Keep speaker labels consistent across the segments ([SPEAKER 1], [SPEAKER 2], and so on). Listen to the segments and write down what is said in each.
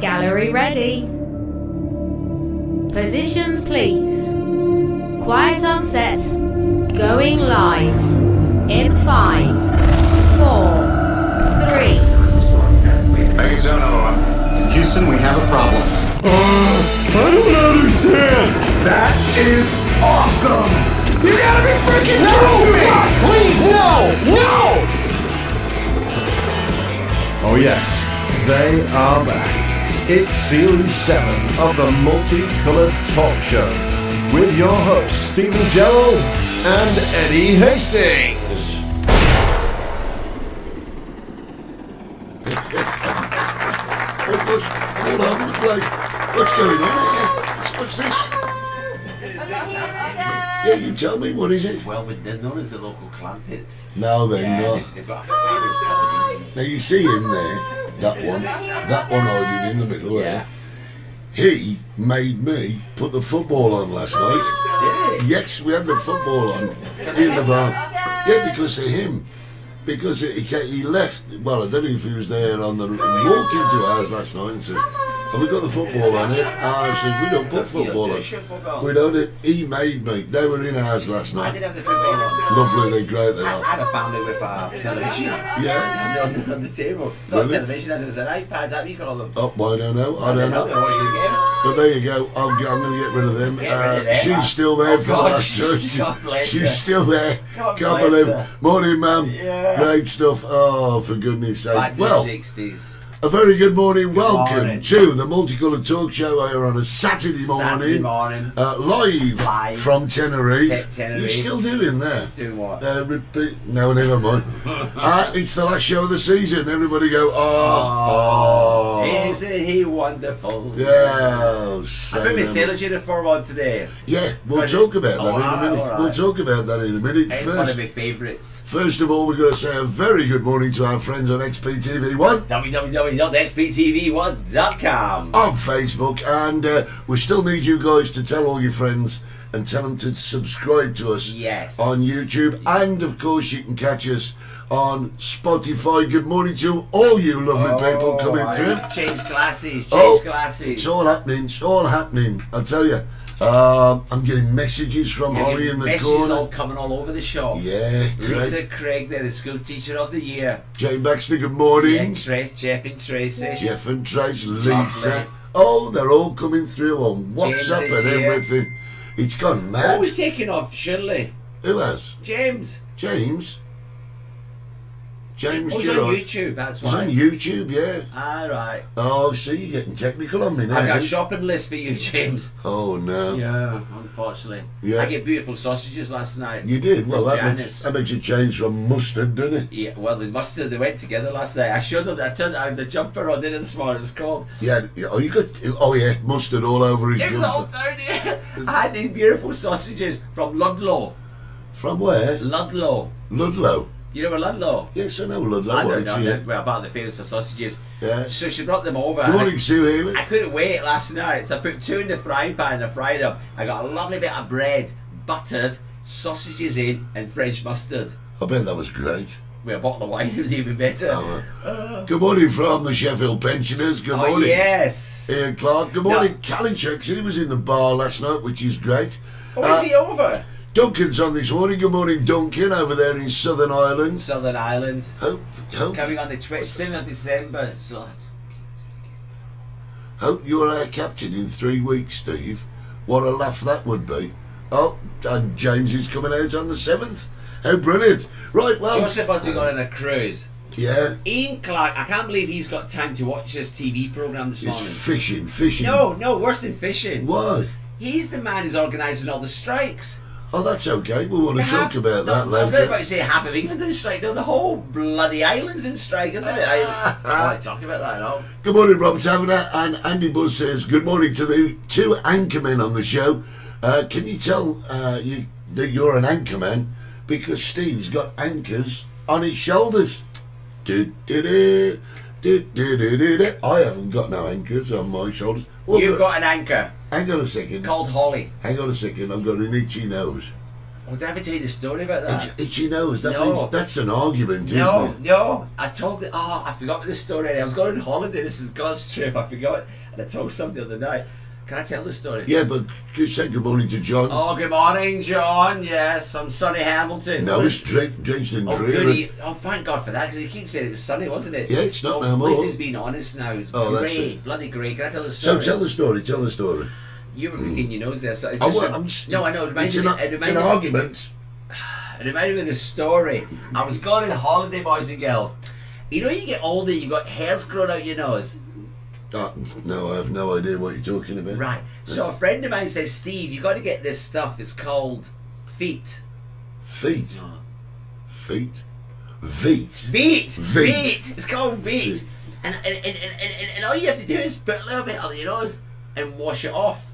[SPEAKER 1] Gallery ready. Positions, please. Quiet on set. Going live. In five, four, three.
[SPEAKER 2] Make zone alarm. Houston, we have a problem.
[SPEAKER 3] I don't understand. That is awesome. You gotta be freaking no, kidding me. please, no, no.
[SPEAKER 2] Oh, yes, they are back. It's Series 7 of the Multicolored Talk Show with your hosts, Stephen Gerald and Eddie Hastings.
[SPEAKER 4] Almost all over the place. What's going on here? What's, what's this? Yeah, you tell me, what is it?
[SPEAKER 5] Well, but they're known as the local clampets.
[SPEAKER 4] No, they're not.
[SPEAKER 5] They've got a famous melody.
[SPEAKER 4] Now, you see him there, that one, that one hiding in the middle there. He made me put the football on last night.
[SPEAKER 5] Did it?
[SPEAKER 4] Yes, we had the football on in the bar. Yeah, because of him. Because he, ca- he left, well, I don't know if he was there on the, he walked into ours last night and says, have we got the football on it? I said, we don't put football on. We don't, he made me, they were in ours last
[SPEAKER 5] I
[SPEAKER 4] night.
[SPEAKER 5] did have the football on.
[SPEAKER 4] Lovely, they're great, they
[SPEAKER 5] I I
[SPEAKER 4] are.
[SPEAKER 5] had a family with a television.
[SPEAKER 4] Yeah.
[SPEAKER 5] And on the, on the table. Not
[SPEAKER 4] Brilliant.
[SPEAKER 5] television, and there was an iPad, that we call them.
[SPEAKER 4] Oh, well, I don't know, I don't
[SPEAKER 5] And then They
[SPEAKER 4] know.
[SPEAKER 5] watched the game.
[SPEAKER 4] But there you go, I'm, I'm going to get rid of them.
[SPEAKER 5] Get rid
[SPEAKER 4] Uh,
[SPEAKER 5] of them.
[SPEAKER 4] she's still there
[SPEAKER 5] Oh,
[SPEAKER 4] for
[SPEAKER 5] God,
[SPEAKER 4] the last
[SPEAKER 5] she's-
[SPEAKER 4] two.
[SPEAKER 5] God bless her.
[SPEAKER 4] she's still there.
[SPEAKER 5] God
[SPEAKER 4] Can't
[SPEAKER 5] bless
[SPEAKER 4] believe
[SPEAKER 5] her.
[SPEAKER 4] Morning, ma'am.
[SPEAKER 5] Yeah.
[SPEAKER 4] Great stuff. Oh, for goodness sake.
[SPEAKER 5] Back to
[SPEAKER 4] well,
[SPEAKER 5] the 60s.
[SPEAKER 4] A very good morning. Welcome
[SPEAKER 5] morning.
[SPEAKER 4] to the Multicoloured Talk Show here on a Saturday morning.
[SPEAKER 5] Saturday morning.
[SPEAKER 4] Uh, live,
[SPEAKER 5] Live.
[SPEAKER 4] from Tenerife.
[SPEAKER 5] Te- Tenerife.
[SPEAKER 4] You're still doing that?
[SPEAKER 5] Doing what?
[SPEAKER 4] Uh, repeat. No, never mind. uh, it's the last show of the season. Everybody go, oh, oh.
[SPEAKER 5] Isn't he wonderful?
[SPEAKER 4] Yeah. oh,
[SPEAKER 5] I put my
[SPEAKER 4] say no more.
[SPEAKER 5] sailor's uniform on today.
[SPEAKER 4] Yeah, we'll
[SPEAKER 5] Right.
[SPEAKER 4] talk about that
[SPEAKER 5] Oh,
[SPEAKER 4] in a
[SPEAKER 5] alright,
[SPEAKER 4] minute.
[SPEAKER 5] alright.
[SPEAKER 4] We'll talk about that in a minute.
[SPEAKER 5] It's one of
[SPEAKER 4] First,
[SPEAKER 5] my favourites.
[SPEAKER 4] first of all, we're going to say a very good morning to our friends on XPTV1.
[SPEAKER 5] www.xptv1.com.
[SPEAKER 4] on Facebook, and uh, we still need you guys to tell all your friends and tell them to subscribe to us
[SPEAKER 5] Yes.
[SPEAKER 4] on YouTube, and of course you can catch us on Spotify. Good morning to all you lovely people coming
[SPEAKER 5] Oh, I
[SPEAKER 4] through.
[SPEAKER 5] just Changed glasses, changed
[SPEAKER 4] Oh,
[SPEAKER 5] glasses.
[SPEAKER 4] It's all happening. It's all happening. I tell you, Um I'm getting messages from
[SPEAKER 5] You're
[SPEAKER 4] Holly
[SPEAKER 5] getting
[SPEAKER 4] in the
[SPEAKER 5] messages
[SPEAKER 4] corner.
[SPEAKER 5] all coming all over the shop.
[SPEAKER 4] yeah,
[SPEAKER 5] Lisa
[SPEAKER 4] great.
[SPEAKER 5] Craig, they're the school teacher of the year.
[SPEAKER 4] Jane Baxter. Good morning.
[SPEAKER 5] Yeah, Trace, Jeff and Tracy.
[SPEAKER 4] Jeff and Trace,
[SPEAKER 5] Lovely.
[SPEAKER 4] Lisa. Oh, they're all coming through on
[SPEAKER 5] James
[SPEAKER 4] WhatsApp
[SPEAKER 5] is
[SPEAKER 4] and
[SPEAKER 5] here.
[SPEAKER 4] everything. It's gone mad.
[SPEAKER 5] Always Oh, taking off, surely.
[SPEAKER 4] Who has?
[SPEAKER 5] James.
[SPEAKER 4] James. James
[SPEAKER 5] Oh, he's on
[SPEAKER 4] Gerard.
[SPEAKER 5] YouTube, that's
[SPEAKER 4] He's
[SPEAKER 5] why.
[SPEAKER 4] on YouTube, yeah.
[SPEAKER 5] Alright.
[SPEAKER 4] Oh, see, you're getting technical on me now.
[SPEAKER 5] I've got a shopping list for you, James.
[SPEAKER 4] oh, no.
[SPEAKER 5] Yeah, unfortunately.
[SPEAKER 4] Yeah.
[SPEAKER 5] I get beautiful sausages last night.
[SPEAKER 4] You did? Well,
[SPEAKER 5] From
[SPEAKER 4] that makes,
[SPEAKER 5] Janice.
[SPEAKER 4] that makes a change from mustard, doesn't it?
[SPEAKER 5] Yeah, well, they must have. They went together last night. I showed them. I turned. I had the jumper on in this morning. It was cold.
[SPEAKER 4] Yeah. yeah, Oh, you got. Oh, yeah, mustard all over his
[SPEAKER 5] It was all
[SPEAKER 4] jumper.
[SPEAKER 5] down here. I had these beautiful sausages from Ludlow.
[SPEAKER 4] From where?
[SPEAKER 5] Ludlow.
[SPEAKER 4] Ludlow.
[SPEAKER 5] You know where Ludlow?
[SPEAKER 4] Yes, I know Ludlow.
[SPEAKER 5] I
[SPEAKER 4] well,
[SPEAKER 5] don't
[SPEAKER 4] it's
[SPEAKER 5] know.
[SPEAKER 4] here.
[SPEAKER 5] Well, about the famous for sausages.
[SPEAKER 4] Yeah.
[SPEAKER 5] So she brought them over.
[SPEAKER 4] Good morning, Sue Haley.
[SPEAKER 5] I couldn't wait last night, so I put two in the frying pan and I fried them. I got a lovely bit of bread, buttered, sausages in, and French mustard.
[SPEAKER 4] I bet that was great.
[SPEAKER 5] With a bottle of wine, it was even better.
[SPEAKER 4] Oh, well. Good morning from the Sheffield pensioners. Good
[SPEAKER 5] Oh,
[SPEAKER 4] morning.
[SPEAKER 5] yes.
[SPEAKER 4] Ian Clark. Good
[SPEAKER 5] No.
[SPEAKER 4] morning, Callie Checks. He was in the bar last night, which is great.
[SPEAKER 5] Oh,
[SPEAKER 4] Uh,
[SPEAKER 5] is he over?
[SPEAKER 4] Duncan's on this morning. Good morning, Duncan, over there in Southern Ireland.
[SPEAKER 5] Southern Ireland.
[SPEAKER 4] Hope, hope,
[SPEAKER 5] Coming on the 27th of December. So,
[SPEAKER 4] hope you're our captain in three weeks, Steve. What a laugh that would be. Oh, and James is coming out on the 7th. How brilliant. Right, well,
[SPEAKER 5] Joseph has been going on a cruise.
[SPEAKER 4] yeah,
[SPEAKER 5] Ian Clark, I can't believe he's got time to watch this TV program this morning.
[SPEAKER 4] it's fishing, fishing.
[SPEAKER 5] No, no, worse than fishing.
[SPEAKER 4] Why?
[SPEAKER 5] He's the man who's organising all the strikes.
[SPEAKER 4] Oh, that's okay. We want to
[SPEAKER 5] Half-
[SPEAKER 4] talk about
[SPEAKER 5] no,
[SPEAKER 4] that
[SPEAKER 5] I was about
[SPEAKER 4] later.
[SPEAKER 5] to say half of England in strike. No, the whole bloody island's in strike, isn't it? I can't talk about that at all.
[SPEAKER 4] Good morning, Rob Taverner. And Andy Buzz says, Good morning to the two anchormen on the show. Uh, can you tell uh, you that you're an anchorman? Because Steve's got anchors on his shoulders. Do, do, do, do, do, do, do, do. I haven't got no anchors on my shoulders. Well,
[SPEAKER 5] You've got an anchor
[SPEAKER 4] hang on a second.
[SPEAKER 5] called Holly. Oh,
[SPEAKER 4] Hang on a second. I've got an itchy nose.
[SPEAKER 5] I would never tell you the story about that.
[SPEAKER 4] It's, it's your nose. That
[SPEAKER 5] No.
[SPEAKER 4] means that's an argument,
[SPEAKER 5] No,
[SPEAKER 4] isn't it?
[SPEAKER 5] no. I told it. Oh, I forgot the story. I was going on holiday. This is God's trip. I forgot. And I told some the other night. Can I tell the story?
[SPEAKER 4] Yeah, but you said good morning to John.
[SPEAKER 5] Oh, good morning, John. Yes, I'm Sonny Hamilton.
[SPEAKER 4] no, it's Drake, Jason
[SPEAKER 5] Oh,
[SPEAKER 4] Dreer.
[SPEAKER 5] good. He, oh, thank God for that, because he keeps saying it was sunny, wasn't it?
[SPEAKER 4] Yeah, it's not
[SPEAKER 5] oh,
[SPEAKER 4] no more.
[SPEAKER 5] Liz has been honest now. It's
[SPEAKER 4] Oh, that's
[SPEAKER 5] grey,
[SPEAKER 4] it.
[SPEAKER 5] bloody grey. Can I tell the story?
[SPEAKER 4] So tell the story. Tell the story.
[SPEAKER 5] You were picking your nose there. So it
[SPEAKER 4] I
[SPEAKER 5] just,
[SPEAKER 4] wa- I'm just-
[SPEAKER 5] no, I know. It reminded
[SPEAKER 4] it's an,
[SPEAKER 5] me,
[SPEAKER 4] ar-
[SPEAKER 5] it
[SPEAKER 4] it's an
[SPEAKER 5] reminded me-
[SPEAKER 4] argument.
[SPEAKER 5] It reminded me of this story. I was going on holiday, boys and girls. You know, you get older, you've got hairs growing out your nose.
[SPEAKER 4] Ah, no, I have no idea what you're talking about.
[SPEAKER 5] Right. So a friend of mine says, Steve, you got to get this stuff. It's called feet.
[SPEAKER 4] Feet. Feet. Feet.
[SPEAKER 5] Feet.
[SPEAKER 4] Veet.
[SPEAKER 5] Feet. It's called feet.
[SPEAKER 4] Veet.
[SPEAKER 5] And and, and, and, and and all you have to do is put a little bit on your nose and wash it off.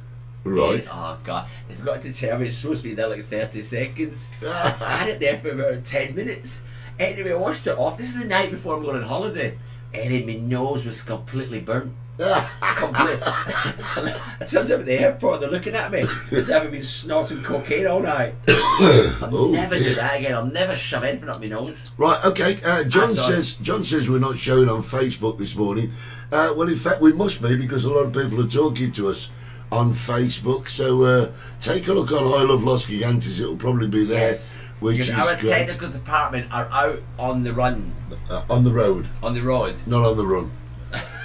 [SPEAKER 4] Right.
[SPEAKER 5] Oh God! They forgot to tell me it's supposed to be there like thirty seconds. I had it there for about ten minutes. Anyway, I washed it off. This is the night before I'm going on holiday. Anyway, my nose was completely burnt. Complete. I turned up at the airport. They're looking at me. It's having been snorting cocaine all night. I'll
[SPEAKER 4] Oh,
[SPEAKER 5] never
[SPEAKER 4] dear.
[SPEAKER 5] do that again. I'll never shove anything up my nose.
[SPEAKER 4] Right, okay. Uh, John
[SPEAKER 5] That's all.
[SPEAKER 4] says John says we're not showing on Facebook this morning. Uh, well, in fact, we must be because a lot of people are talking to us on Facebook. So uh, take a look on I Love Los Gigantes. It'll probably be there,
[SPEAKER 5] Yes.
[SPEAKER 4] which
[SPEAKER 5] Because
[SPEAKER 4] is
[SPEAKER 5] our
[SPEAKER 4] great.
[SPEAKER 5] technical department are out on the run,
[SPEAKER 4] Uh, on the road,
[SPEAKER 5] on the road.
[SPEAKER 4] not on the run.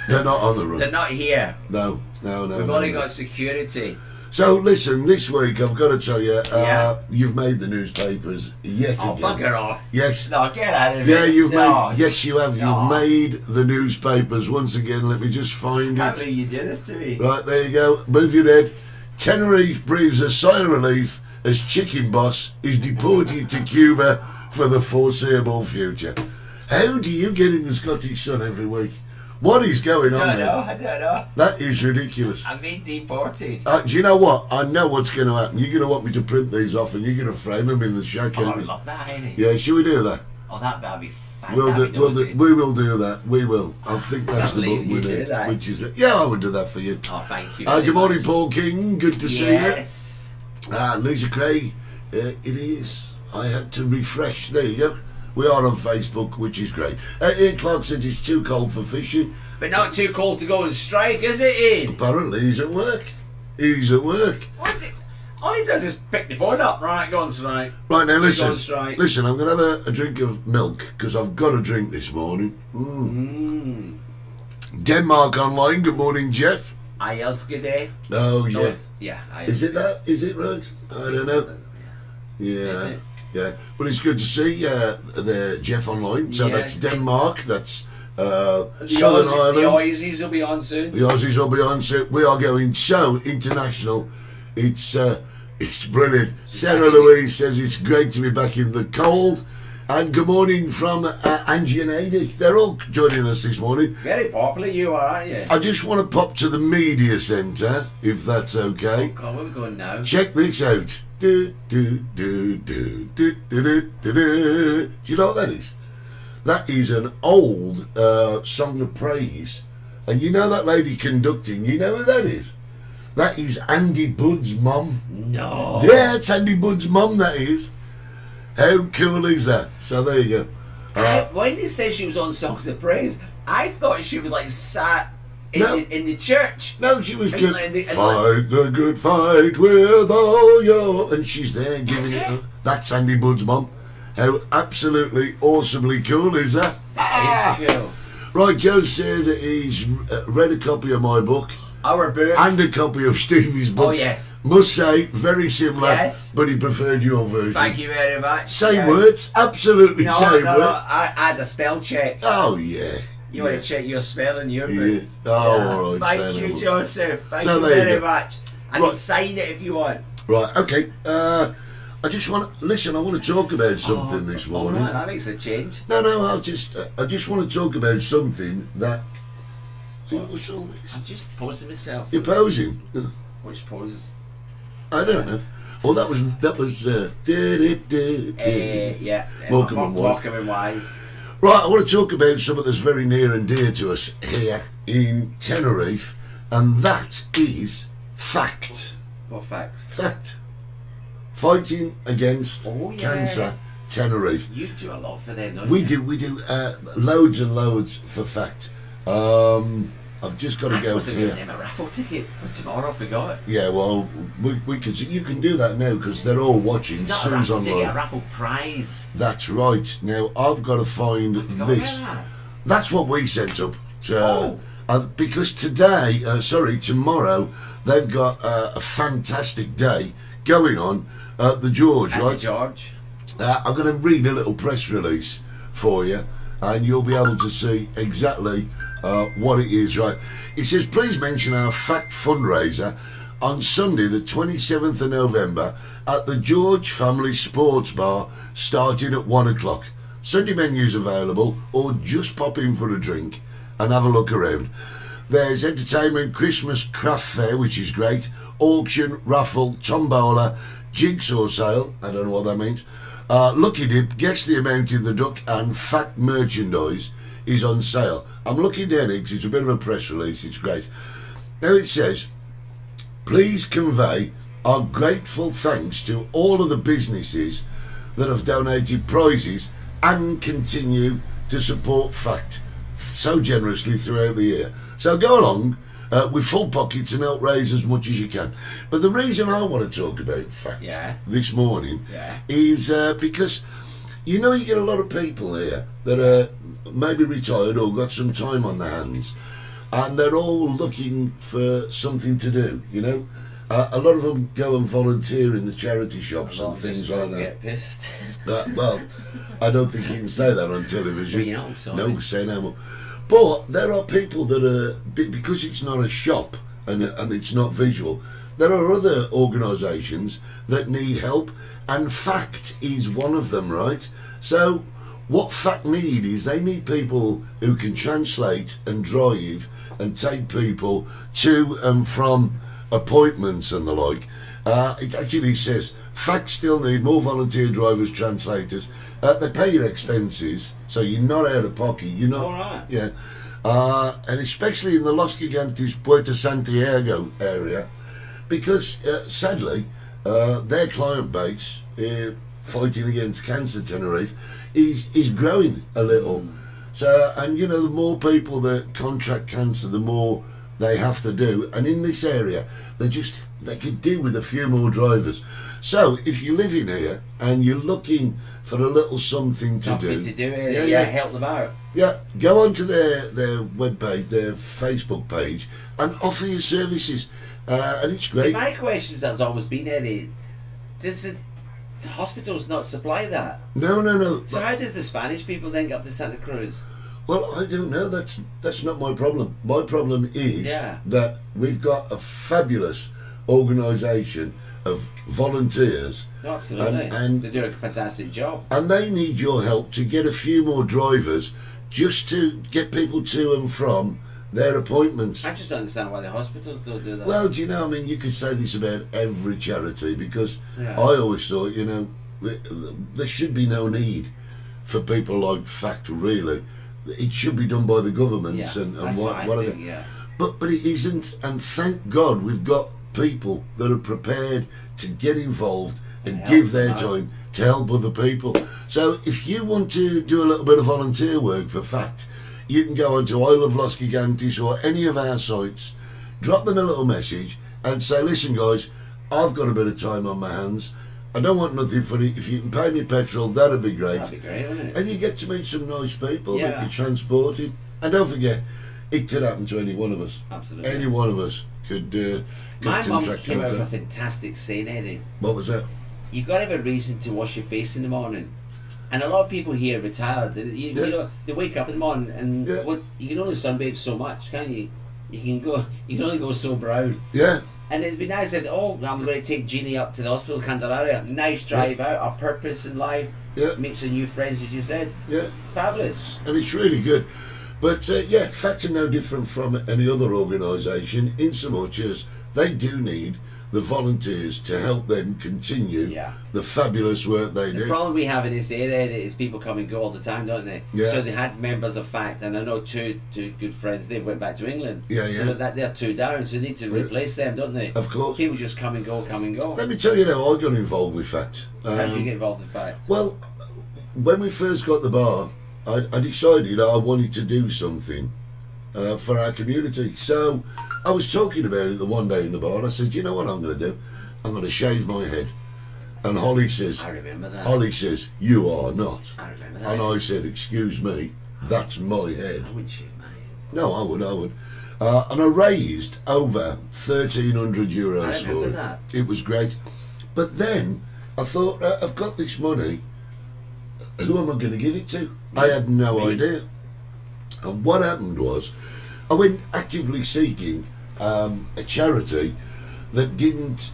[SPEAKER 4] They're not on the
[SPEAKER 5] They're
[SPEAKER 4] run.
[SPEAKER 5] not here.
[SPEAKER 4] No, no, no.
[SPEAKER 5] We've
[SPEAKER 4] no,
[SPEAKER 5] only
[SPEAKER 4] no.
[SPEAKER 5] got security.
[SPEAKER 4] So listen, this week I've got to tell you, uh,
[SPEAKER 5] Yeah.
[SPEAKER 4] you've made the newspapers yet
[SPEAKER 5] Oh,
[SPEAKER 4] again.
[SPEAKER 5] bugger Oh. off.
[SPEAKER 4] Yes.
[SPEAKER 5] No, get out of here.
[SPEAKER 4] Yeah, you've
[SPEAKER 5] no.
[SPEAKER 4] made. Yes, you have. You've
[SPEAKER 5] No.
[SPEAKER 4] made the newspapers once again. Let me just find
[SPEAKER 5] How
[SPEAKER 4] it.
[SPEAKER 5] will you do this to me?
[SPEAKER 4] Right, there you go. Move your head. Tenerife breathes a sigh of relief as Chicken Boss is deported to Cuba for the foreseeable future. How do you get in the Scottish sun every week? What is going
[SPEAKER 5] I
[SPEAKER 4] on
[SPEAKER 5] don't know.
[SPEAKER 4] there?
[SPEAKER 5] I don't know.
[SPEAKER 4] That is ridiculous.
[SPEAKER 5] I'm being deported.
[SPEAKER 4] Uh, do you know what? I know what's going to happen. You're going to want me to print these off and you're going to frame them in the shack.
[SPEAKER 5] oh, I
[SPEAKER 4] aren't you?
[SPEAKER 5] love that, ain't it?
[SPEAKER 4] Yeah, shall we do that?
[SPEAKER 5] Oh, that that'd be fantastic.
[SPEAKER 4] We'll do, we'll do,
[SPEAKER 5] wouldn't it?
[SPEAKER 4] we will do that. We will. I think that's the
[SPEAKER 5] Can't believe
[SPEAKER 4] book
[SPEAKER 5] you
[SPEAKER 4] we
[SPEAKER 5] do
[SPEAKER 4] need.
[SPEAKER 5] that.
[SPEAKER 4] Which is yeah, I would do that for you.
[SPEAKER 5] Oh, thank you.
[SPEAKER 4] Uh,
[SPEAKER 5] very
[SPEAKER 4] good morning,
[SPEAKER 5] much.
[SPEAKER 4] Paul King. Good to see you.
[SPEAKER 5] Yes.
[SPEAKER 4] Ah, Lisa Craig, uh, it is. I had to refresh. There you go. We are on Facebook, which is great. Uh, Ian Clark said it's too cold for fishing.
[SPEAKER 5] But not too cold to go and strike, is it, Ian?
[SPEAKER 4] Apparently, he's at work. He's at work.
[SPEAKER 5] What is it? All he does is pick the phone up. Right, go on strike.
[SPEAKER 4] Right now,
[SPEAKER 5] He's
[SPEAKER 4] listen.
[SPEAKER 5] on strike.
[SPEAKER 4] Listen, I'm going to have a, a drink of milk because I've got a drink this morning.
[SPEAKER 5] Mm.
[SPEAKER 4] Denmark Online. Good morning, Jeff.
[SPEAKER 5] Ajelska day.
[SPEAKER 4] Oh, yeah.
[SPEAKER 5] Oh, yeah. Ajelska.
[SPEAKER 4] Is it that? Is it right? I don't know. Yeah.
[SPEAKER 5] Is it?
[SPEAKER 4] Yeah. But it's good to see uh, the Jeff online. So
[SPEAKER 5] Yeah.
[SPEAKER 4] that's Denmark. That's uh,
[SPEAKER 5] The
[SPEAKER 4] Southern
[SPEAKER 5] Aussie-
[SPEAKER 4] Ireland.
[SPEAKER 5] the Aussies will be on soon.
[SPEAKER 4] The Aussies will be on. So we are going so international. It's uh, it's brilliant. Sarah Louise says it's great to be back in the cold. And good morning from uh, Angie and Aidy. They're all joining us this morning.
[SPEAKER 5] Very popular you are, aren't you?
[SPEAKER 4] I just want to pop to the media centre, if that's okay.
[SPEAKER 5] Oh, God, where are we going now?
[SPEAKER 4] Check this out. Do, do, do, do, do, do, do, do, do. Do you know what that is? That is an old uh, song of praise. And you know that lady conducting, you know who that is? That is Andy Budd's mum.
[SPEAKER 5] No.
[SPEAKER 4] Yeah, it's Andy Budd's mum, that is. How cool is that? So there you go.
[SPEAKER 5] I, when you say she was on Songs of Praise, I thought she was like sat in,
[SPEAKER 4] No.
[SPEAKER 5] the, in the church.
[SPEAKER 4] No, she was
[SPEAKER 5] And
[SPEAKER 4] good.
[SPEAKER 5] like the- and
[SPEAKER 4] Fight the good fight with all your. And she's there giving it.
[SPEAKER 5] it?
[SPEAKER 4] That's Andy Budd's mum. How absolutely awesomely cool is that?
[SPEAKER 5] It's cool.
[SPEAKER 4] Right, Joe said he's uh, read a copy of my book
[SPEAKER 5] Our book.
[SPEAKER 4] and a copy of Stevie's book.
[SPEAKER 5] Oh, yes.
[SPEAKER 4] Must say, very similar,
[SPEAKER 5] Yes.
[SPEAKER 4] but he preferred your version.
[SPEAKER 5] Thank you very much.
[SPEAKER 4] Same
[SPEAKER 5] Yes.
[SPEAKER 4] words, absolutely
[SPEAKER 5] No, no,
[SPEAKER 4] same
[SPEAKER 5] no,
[SPEAKER 4] words.
[SPEAKER 5] I, I had a spell check.
[SPEAKER 4] Oh, yeah.
[SPEAKER 5] You want to check your spell in your
[SPEAKER 4] Yeah.
[SPEAKER 5] book.
[SPEAKER 4] Oh,
[SPEAKER 5] Yeah.
[SPEAKER 4] all right,
[SPEAKER 5] Thank
[SPEAKER 4] same
[SPEAKER 5] you,
[SPEAKER 4] words.
[SPEAKER 5] Joseph. Thank
[SPEAKER 4] So
[SPEAKER 5] you
[SPEAKER 4] there you
[SPEAKER 5] very
[SPEAKER 4] go.
[SPEAKER 5] much. I
[SPEAKER 4] Right.
[SPEAKER 5] can sign it if you want.
[SPEAKER 4] Right, okay. Uh, I just want to listen, I want to talk about something this
[SPEAKER 5] All
[SPEAKER 4] morning.
[SPEAKER 5] right, Oh, that makes a change.
[SPEAKER 4] No, no, I just, uh, I just want to talk about something that. What's all this?
[SPEAKER 5] I'm just posing myself.
[SPEAKER 4] You're posing.
[SPEAKER 5] Which pose?
[SPEAKER 4] I don't know. Well, that was that was. Uh,
[SPEAKER 5] Uh, yeah. yeah.
[SPEAKER 4] Welcome and wise.
[SPEAKER 5] Welcome and wise.
[SPEAKER 4] Right, I want to talk about something that's very near and dear to us here in Tenerife, and that is fact.
[SPEAKER 5] What facts?
[SPEAKER 4] Fact. fighting against
[SPEAKER 5] Oh, yeah.
[SPEAKER 4] cancer, Tenerife.
[SPEAKER 5] You do a lot for them, don't
[SPEAKER 4] We
[SPEAKER 5] you?
[SPEAKER 4] do, we do uh, loads and loads for fact. Um, I've just got to
[SPEAKER 5] I'm
[SPEAKER 4] go
[SPEAKER 5] supposed to give
[SPEAKER 4] here.
[SPEAKER 5] them a raffle ticket for tomorrow. I forgot.
[SPEAKER 4] Yeah, well, we, we can. You can do that now because they're all watching.
[SPEAKER 5] Not
[SPEAKER 4] Sue's
[SPEAKER 5] a raffle ticket, a
[SPEAKER 4] online.
[SPEAKER 5] raffle prize.
[SPEAKER 4] That's right. Now I've got to find
[SPEAKER 5] forgot
[SPEAKER 4] this.
[SPEAKER 5] about that.
[SPEAKER 4] That's what we sent up. To,
[SPEAKER 5] Oh.
[SPEAKER 4] uh, because today, uh, sorry, tomorrow, they've got uh, a fantastic day going on at the George,
[SPEAKER 5] At the
[SPEAKER 4] right?
[SPEAKER 5] George.
[SPEAKER 4] Uh, I'm going to read a little press release for you, and you'll be able to see exactly uh, what it is. Right, it says, "Please mention our fact fundraiser on Sunday, the 27th of November, at the George Family Sports Bar, starting at one o'clock. Sunday menus available, or just pop in for a drink and have a look around." There's entertainment, Christmas craft fair, which is great, auction, raffle, tombola, jigsaw sale. I don't know what that means. Uh, Lucky Dip, guess the amount in the duck, and fact merchandise is on sale. I'm looking down it 'cause it's a bit of a press release. It's great. Now it says, please convey our grateful thanks to all of the businesses that have donated prizes and continue to support FACT so generously throughout the year. So go along uh, with full pockets and help raise as much as you can. But the reason I want to talk about FACT
[SPEAKER 5] Yeah.
[SPEAKER 4] this morning
[SPEAKER 5] Yeah.
[SPEAKER 4] is uh, because you know you get a lot of people here that are maybe retired or got some time on their hands, and they're all looking for something to do. You know, uh, a lot of them go and volunteer in the charity shops and things like that.
[SPEAKER 5] Get pissed.
[SPEAKER 4] That- well, I don't think you can say that on television.
[SPEAKER 5] Well, you know, sorry.
[SPEAKER 4] no, say no more. But there are people that are be- because it's not a shop and and it's not visual. There are other organisations that need help, and Fact is one of them, right? So, what Fact need is they need people who can translate and drive and take people to and from appointments and the like. Uh, it actually says fact still need more volunteer drivers, translators. Uh, they pay your expenses, so you're not out of pocket. You're not.
[SPEAKER 5] All right.
[SPEAKER 4] Yeah. Uh, and especially in the Los Gigantes Puerto Santiago area, because uh, sadly, uh, their client base uh, fighting against cancer Tenerife is is growing a little.
[SPEAKER 5] Mm.
[SPEAKER 4] So, and you know, the more people that contract cancer, the more they have to do. And in this area, they just they could do with a few more drivers. So, if you live in here and you're looking for a little something to
[SPEAKER 5] Something
[SPEAKER 4] do,
[SPEAKER 5] to do here. Yeah, help them out.
[SPEAKER 4] yeah, go onto their their webpage, their Facebook page, and offer your services, uh, and it's
[SPEAKER 5] See,
[SPEAKER 4] great.
[SPEAKER 5] my question that's always been, Eddie, does the the hospitals not supply that?
[SPEAKER 4] No, no, no.
[SPEAKER 5] So how does the Spanish people then get up to Santa Cruz?
[SPEAKER 4] Well, I don't know. That's that's not my problem. My problem is
[SPEAKER 5] Yeah.
[SPEAKER 4] that we've got a fabulous organisation of volunteers,
[SPEAKER 5] No, absolutely.
[SPEAKER 4] And- and-
[SPEAKER 5] they do a fantastic job.
[SPEAKER 4] and they need your help to get a few more drivers, just to get people to and from their appointments.
[SPEAKER 5] I just don't understand why the hospitals don't do that.
[SPEAKER 4] Well, do you know? I mean, you could say this about every charity because
[SPEAKER 5] Yeah.
[SPEAKER 4] I always thought, you know, th- th- there should be no need for people like Fact. Really, it should be done by the
[SPEAKER 5] yeah,
[SPEAKER 4] governments and, and
[SPEAKER 5] that's
[SPEAKER 4] what,
[SPEAKER 5] what, I
[SPEAKER 4] whatever.
[SPEAKER 5] think, yeah.
[SPEAKER 4] But but it isn't, and thank God we've got people that are prepared to get involved and,
[SPEAKER 5] help
[SPEAKER 4] give their
[SPEAKER 5] them out.
[SPEAKER 4] time to help other people. So if you want to do a little bit of volunteer work for fact, you can go onto Isle of Los Gigantes or any of our sites, drop them a little message and say, listen guys, I've got a bit of time on my hands. I don't want nothing for it. If you can pay me petrol, that'd be great.
[SPEAKER 5] That'd be great, wouldn't it?
[SPEAKER 4] And you get to meet some nice people that
[SPEAKER 5] Yeah.
[SPEAKER 4] you're transporting. And don't forget, it could happen to any one of us.
[SPEAKER 5] Absolutely.
[SPEAKER 4] Any one of us could, uh, could
[SPEAKER 5] My mum
[SPEAKER 4] contract
[SPEAKER 5] came out with a
[SPEAKER 4] cancer.
[SPEAKER 5] fantastic saying, Eddie.
[SPEAKER 4] What was that?
[SPEAKER 5] You've got to have a reason to wash your face in the morning. And a lot of people here are retired. They, you,
[SPEAKER 4] Yeah.
[SPEAKER 5] you know, they wake up in the morning and
[SPEAKER 4] Yeah.
[SPEAKER 5] what, you can only sunbathe so much, can't you? You can go. You can only go so brown.
[SPEAKER 4] Yeah.
[SPEAKER 5] And it'd be nice that oh, I'm going to take Jeannie up to the hospital, Candelaria. Nice drive out. A purpose in life.
[SPEAKER 4] Yeah.
[SPEAKER 5] Meet some new friends, as you said.
[SPEAKER 4] Yeah.
[SPEAKER 5] Fabulous.
[SPEAKER 4] and it's really good. But uh, yeah, facts are no different from any other organisation in so much as they do need the volunteers to help them continue
[SPEAKER 5] Yeah.
[SPEAKER 4] the fabulous work they
[SPEAKER 5] The
[SPEAKER 4] do.
[SPEAKER 5] problem we have in this area is people come and go all the time, don't they?
[SPEAKER 4] Yeah.
[SPEAKER 5] So they had members of fact, and I know two two good friends. They went back to England.
[SPEAKER 4] Yeah, yeah.
[SPEAKER 5] So that- that they're two down, so they need to replace them, don't they?
[SPEAKER 4] Of course.
[SPEAKER 5] People just come and go, come and go.
[SPEAKER 4] Let me tell you how I got involved with that.
[SPEAKER 5] How do you
[SPEAKER 4] Um,
[SPEAKER 5] get involved in fact?
[SPEAKER 4] Well, when we first got the bar, I, I decided I wanted to do something uh, for our community. So I was talking about it the one day in the bar, and I said, "You know what I'm going to do? I'm going to shave my head." And Holly says,
[SPEAKER 5] I remember that.
[SPEAKER 4] "Holly says you are not."
[SPEAKER 5] I remember that.
[SPEAKER 4] And I said, "Excuse me, that's my head."
[SPEAKER 5] I wouldn't shave my head.
[SPEAKER 4] No, I would, I would. Uh, and I raised over 1,300 euros
[SPEAKER 5] I remember
[SPEAKER 4] for it.
[SPEAKER 5] that.
[SPEAKER 4] It was great. But then I thought, uh, I've got this money. Who am I going to give it to? I had no idea. And what happened was, I went actively seeking um, a charity that didn't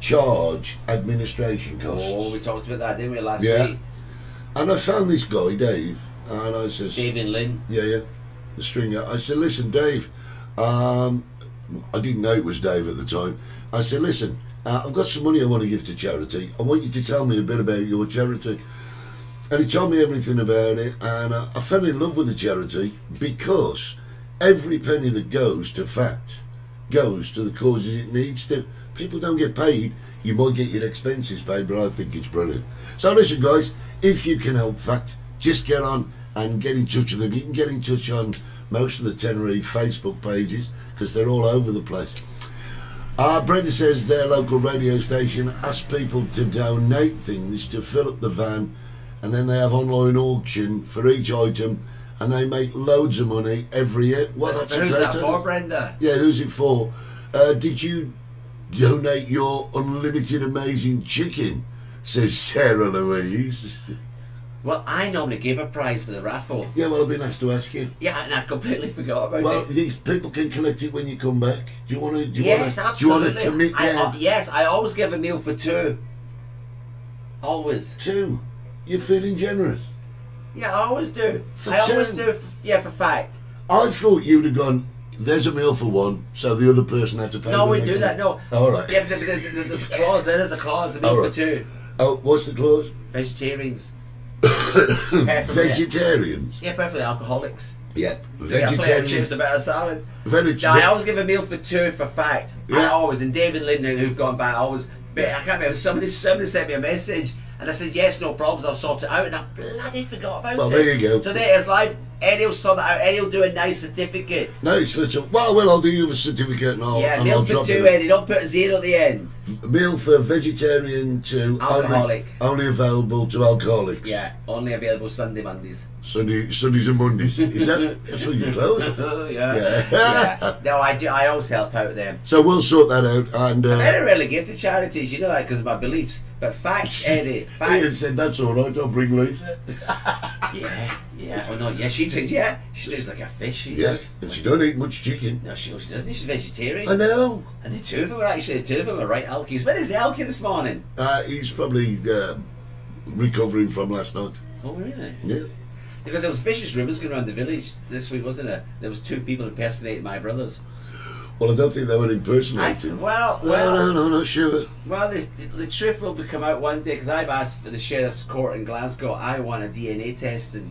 [SPEAKER 4] charge administration costs.
[SPEAKER 5] Oh, we talked about that, didn't we, last
[SPEAKER 4] Yeah.
[SPEAKER 5] week?
[SPEAKER 4] And I found this guy, Dave, and I says,
[SPEAKER 5] David Lynn.
[SPEAKER 4] yeah, yeah, the stringer. I said, listen, Dave, um, I didn't know it was Dave at the time. I said, listen, uh, I've got some money I want to give to charity. I want you to tell me a bit about your charity. And he told me everything about it, and uh, I fell in love with the charity because every penny that goes to FACT goes to the causes it needs to. People don't get paid. You might get your expenses paid, but I think it's brilliant. So listen, guys, if you can help Fact, just get on and get in touch with them. You can get in touch on most of the Tenerife Facebook pages because they're all over the place. Uh, Brenda says their local radio station asks people to donate things to fill up the van, and then they have online auction for each item, and they make loads of money every year. Well, that's a
[SPEAKER 5] Who's
[SPEAKER 4] great
[SPEAKER 5] that
[SPEAKER 4] idea.
[SPEAKER 5] for, Brenda?
[SPEAKER 4] Yeah, who's it for? Uh, did you donate your unlimited amazing chicken? Says Sarah Louise.
[SPEAKER 5] Well, I normally give a prize for the raffle.
[SPEAKER 4] Yeah, well, I've been asked to ask you.
[SPEAKER 5] Yeah, and I completely forgot about
[SPEAKER 4] Well,
[SPEAKER 5] it.
[SPEAKER 4] these people can collect it when you come back. Do you want to? Do you
[SPEAKER 5] yes,
[SPEAKER 4] want to? Do you
[SPEAKER 5] absolutely.
[SPEAKER 4] want to commit
[SPEAKER 5] I,
[SPEAKER 4] now?
[SPEAKER 5] uh, yes, I always give a meal for two. Always.
[SPEAKER 4] Two. You're feeling generous.
[SPEAKER 5] Yeah, I always do.
[SPEAKER 4] For
[SPEAKER 5] I always
[SPEAKER 4] two?
[SPEAKER 5] do. f yeah, for fact.
[SPEAKER 4] I thought you'd have gone. There's a meal for one, so the other person had to pay.
[SPEAKER 5] No,
[SPEAKER 4] when they
[SPEAKER 5] we do
[SPEAKER 4] come."
[SPEAKER 5] that. No.
[SPEAKER 4] All right.
[SPEAKER 5] Yeah, but there- there's, there's, there's a clause. There is a clause. A meal
[SPEAKER 4] All
[SPEAKER 5] for
[SPEAKER 4] right.
[SPEAKER 5] two.
[SPEAKER 4] Oh, what's the clause?
[SPEAKER 5] Vegetarians. Preferably-
[SPEAKER 4] Vegetarians.
[SPEAKER 5] Yeah, preferably alcoholics.
[SPEAKER 4] Yeah,
[SPEAKER 5] Yeah, a plate of
[SPEAKER 4] vegetarian.
[SPEAKER 5] chips, a bit of salad. No, I
[SPEAKER 4] Vegetarian.
[SPEAKER 5] always give a meal for two for fact. I
[SPEAKER 4] Yeah.
[SPEAKER 5] always and David Lindner who've gone by I always but I can't remember somebody somebody sent me a message and I said yes no problems I'll sort it out and I bloody forgot about
[SPEAKER 4] Well,
[SPEAKER 5] it.
[SPEAKER 4] there you go.
[SPEAKER 5] So there is life. Eddie'll sort it out. Eddie'll do a nice certificate.
[SPEAKER 4] No, it's for two. Well, well, I'll do you a certificate and I'll,
[SPEAKER 5] yeah,
[SPEAKER 4] and I'll
[SPEAKER 5] meal for
[SPEAKER 4] drop
[SPEAKER 5] two,
[SPEAKER 4] it.
[SPEAKER 5] Eddie. Don't put a zero at the end.
[SPEAKER 4] Meal for vegetarian to
[SPEAKER 5] Alcoholic.
[SPEAKER 4] Only, only available to alcoholics.
[SPEAKER 5] Yeah, only available Sunday, Mondays.
[SPEAKER 4] Sunday, Sundays and Mondays. Is that that's what you close?
[SPEAKER 5] Oh yeah.
[SPEAKER 4] Yeah.
[SPEAKER 5] Yeah. No, I do, I always help out them.
[SPEAKER 4] So we'll sort that out. And
[SPEAKER 5] I
[SPEAKER 4] uh,
[SPEAKER 5] never really give to charities, you know that because of my beliefs. But facts, Eddie.
[SPEAKER 4] Ian
[SPEAKER 5] Facts.
[SPEAKER 4] said that's all right. I'll bring Lisa.
[SPEAKER 5] Yeah, yeah. Oh no, yeah, she drinks. Yeah, she drinks like a fish. She
[SPEAKER 4] Yes,
[SPEAKER 5] does.
[SPEAKER 4] and she don't eat much chicken.
[SPEAKER 5] No, she, she doesn't. She's vegetarian.
[SPEAKER 4] I know.
[SPEAKER 5] And the two of them are actually the two of them are right alkies. Where is the alkie this morning?
[SPEAKER 4] Uh, he's probably uh, recovering from last night.
[SPEAKER 5] Oh really?
[SPEAKER 4] Yeah.
[SPEAKER 5] Because there was vicious rumours going around the village this week, wasn't there? There was two people impersonating my brothers.
[SPEAKER 4] Well, I don't think they were
[SPEAKER 5] I,
[SPEAKER 4] impersonating.
[SPEAKER 5] well,
[SPEAKER 4] no, no,
[SPEAKER 5] well,
[SPEAKER 4] no, not sure.
[SPEAKER 5] well. The, the truth will become out one day because I've asked for the sheriff's court in Glasgow. I want a DNA test and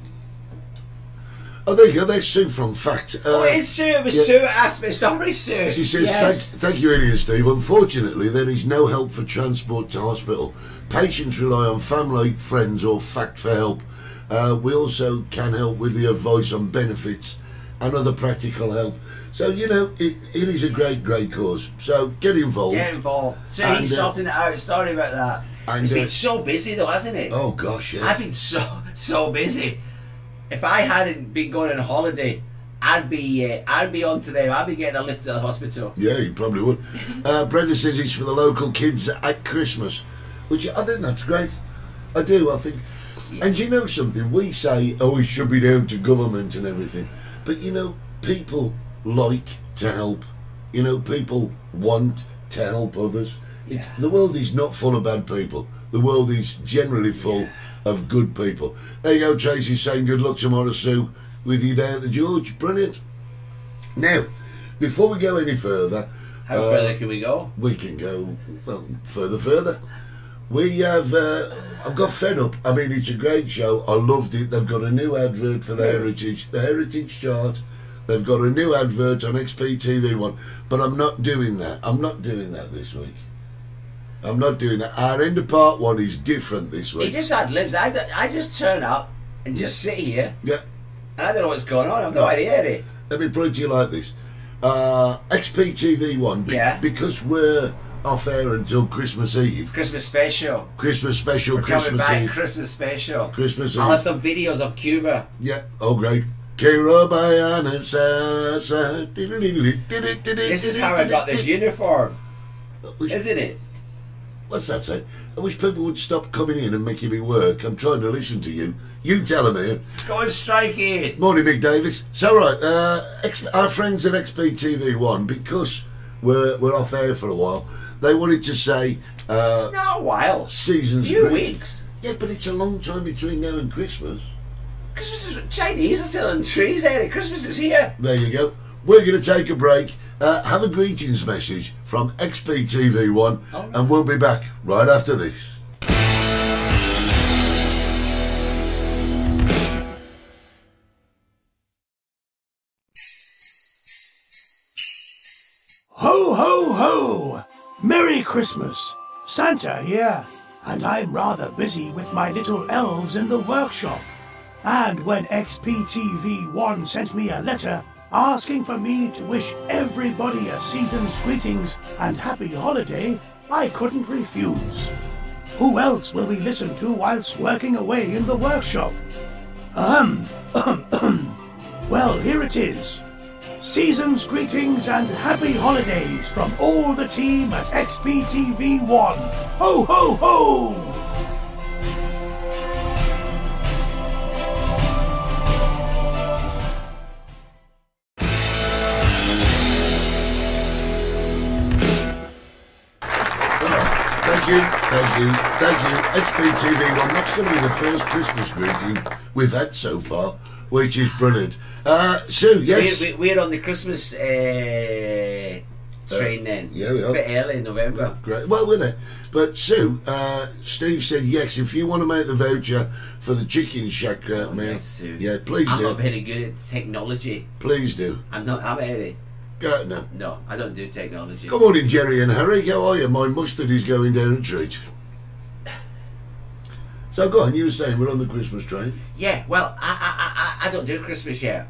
[SPEAKER 4] Oh, there you go. There's Sue from Fact. Uh,
[SPEAKER 5] oh, it's Sue. It was
[SPEAKER 4] yeah.
[SPEAKER 5] Sue. that Asked me. Sorry, Sue.
[SPEAKER 4] She says,
[SPEAKER 5] yes.
[SPEAKER 4] thank, thank you, Ian and Steve. Unfortunately, there is no help for transport to hospital. Patients rely on family, friends, or fact for help. Uh, we also can help with the advice on benefits and other practical help. So, you know, it, it is a great, great cause. So get involved.
[SPEAKER 5] Get involved. Sue,
[SPEAKER 4] And,
[SPEAKER 5] he's
[SPEAKER 4] uh,
[SPEAKER 5] sorting it out. Sorry about that.
[SPEAKER 4] and,
[SPEAKER 5] it's
[SPEAKER 4] uh,
[SPEAKER 5] been so busy though, hasn't it?
[SPEAKER 4] Oh, gosh, yeah.
[SPEAKER 5] I've been so so busy. If I hadn't been going on holiday, I'd be uh, I'd be on today. I'd be getting a lift to the hospital.
[SPEAKER 4] Yeah, you probably would. Uh, Brenda says it's for the local kids at Christmas, which I think that's great. I do, I think. And you know something? We say, oh, it should be down to government and everything. But you know, people like to help. You know, people want to help others. It's,
[SPEAKER 5] Yeah.
[SPEAKER 4] The world is not full of bad people, the world is generally full of good people. There you go, Tracy saying good luck tomorrow, Sue, with you down at the George. Brilliant. Now, before we go any further,
[SPEAKER 5] How further can we go?
[SPEAKER 4] we can go well further further we have uh, I've got fed up I mean it's a great show I loved it they've got a new advert for the heritage the heritage chart they've got a new advert on XPTV one but I'm not doing that I'm not doing that this week I'm not doing that our end of part one is different this
[SPEAKER 5] He
[SPEAKER 4] week
[SPEAKER 5] just had limbs. I, I just turn up and just sit here.
[SPEAKER 4] yeah
[SPEAKER 5] And I don't know what's going on. I've no idea, eh? Eddie.
[SPEAKER 4] let me put it to you like this uh, XPTV one be-
[SPEAKER 5] Yeah.
[SPEAKER 4] because we're off air until Christmas Eve
[SPEAKER 5] Christmas special.
[SPEAKER 4] Christmas special
[SPEAKER 5] We're coming
[SPEAKER 4] Christmas
[SPEAKER 5] back.
[SPEAKER 4] Eve
[SPEAKER 5] Christmas special.
[SPEAKER 4] Christmas
[SPEAKER 5] I'll
[SPEAKER 4] Eve
[SPEAKER 5] have some videos of Cuba.
[SPEAKER 4] Yeah. Oh, great. This
[SPEAKER 5] This is how I got this uniform,
[SPEAKER 4] Wish,
[SPEAKER 5] isn't it?
[SPEAKER 4] what's that say? I wish people would stop coming in and making me work. I'm trying to listen to you. You tell me.
[SPEAKER 5] Go on strike it.
[SPEAKER 4] Morning, Mick Davis. So right, uh, X, our friends at XPTV One, because we're we're off air for a while, they wanted to say uh,
[SPEAKER 5] It's not a while.
[SPEAKER 4] seasons.
[SPEAKER 5] Few
[SPEAKER 4] greetings.
[SPEAKER 5] weeks.
[SPEAKER 4] Yeah, but it's a long time between now and Christmas.
[SPEAKER 5] Christmas is Chinese are selling trees, Eddie. Christmas is here.
[SPEAKER 4] There you go. We're going to take a break. Uh, have a greetings message from XPTV1,
[SPEAKER 5] All right.
[SPEAKER 4] and we'll be back right after this.
[SPEAKER 3] Ho, ho, ho! Merry Christmas! Santa here, and I'm rather busy with my little elves in the workshop. And when XPTV1 sent me a letter asking for me to wish everybody a season's greetings and happy holiday, I couldn't refuse. Who else will we listen to whilst working away in the workshop? Ahem, ahem, ahem. Well, here it is. Season's greetings and happy holidays from all the team at XPTV1. Ho, ho, ho!
[SPEAKER 4] Thank you, thank you, thank you. XPTV1, that's going to be the first Christmas greeting we've had so far, which is brilliant. Uh, Sue, yes.
[SPEAKER 5] We're, we're on the Christmas uh, train then.
[SPEAKER 4] yeah, we are.
[SPEAKER 5] bit early in November.
[SPEAKER 4] Great. Well, will it? But Sue, uh, Steve said yes. If you want to make the voucher for the chicken shack uh, meal,
[SPEAKER 5] Oh, Yes, Sue.
[SPEAKER 4] yeah, please
[SPEAKER 5] I'm
[SPEAKER 4] do.
[SPEAKER 5] not very good at technology.
[SPEAKER 4] Please do.
[SPEAKER 5] I'm not. I'm Eddie.
[SPEAKER 4] Go, no.
[SPEAKER 5] No, I don't do technology.
[SPEAKER 4] Good morning, Jerry and Harry. How are you? My mustard is going down a treat. So go on. You were saying we're on the Christmas train,
[SPEAKER 5] Yeah, well, I, I, I, I don't do Christmas yet.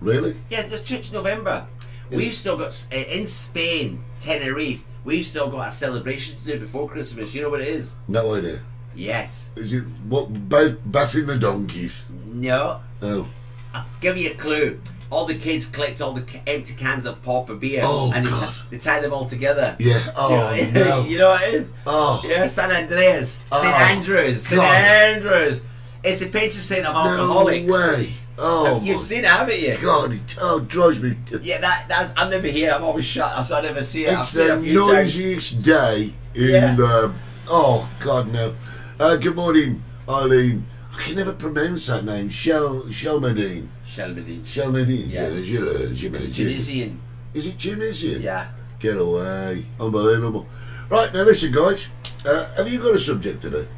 [SPEAKER 4] really?
[SPEAKER 5] Yeah, just Church November. We've still got s- uh, in Spain, Tenerife. We've still got a celebration to do before Christmas. You know what it is?
[SPEAKER 4] No idea.
[SPEAKER 5] Yes.
[SPEAKER 4] Is it what ba- baffing the donkeys?
[SPEAKER 5] No.
[SPEAKER 4] Oh,
[SPEAKER 5] I'll give you a clue. All the kids collect all the ca- empty cans of pop or beer,
[SPEAKER 4] Oh,
[SPEAKER 5] and they, ti-
[SPEAKER 4] God.
[SPEAKER 5] they tie them all together.
[SPEAKER 4] yeah. Oh
[SPEAKER 5] you know,
[SPEAKER 4] no.
[SPEAKER 5] you know what it is?
[SPEAKER 4] Oh.
[SPEAKER 5] Yeah, San Andreas,
[SPEAKER 4] Oh,
[SPEAKER 5] St Andrews, St
[SPEAKER 4] God.
[SPEAKER 5] Andrews. It's the patron saint of
[SPEAKER 4] No
[SPEAKER 5] alcoholics.
[SPEAKER 4] way. Oh
[SPEAKER 5] You've
[SPEAKER 4] my
[SPEAKER 5] seen it, haven't you?
[SPEAKER 4] God! It oh, it drives me.
[SPEAKER 5] Yeah, that, that's. I'm never here. I'm always shut, so I never see it. I've
[SPEAKER 4] It's
[SPEAKER 5] seen it
[SPEAKER 4] the
[SPEAKER 5] a few times.
[SPEAKER 4] noisiest day in
[SPEAKER 5] Yeah.
[SPEAKER 4] the. Oh God, no. Uh, good morning, Eileen. I can never pronounce that name. Shel Shelmadine.
[SPEAKER 5] Shelby.
[SPEAKER 4] Shelmadine.
[SPEAKER 5] Yes.
[SPEAKER 4] Yeah, Gil- uh, Gil-
[SPEAKER 5] It's
[SPEAKER 4] Gil-
[SPEAKER 5] Tunisian.
[SPEAKER 4] Is it Tunisian?
[SPEAKER 5] Yeah.
[SPEAKER 4] Get away. Unbelievable. Right, now listen, guys. Uh, have you got a subject today?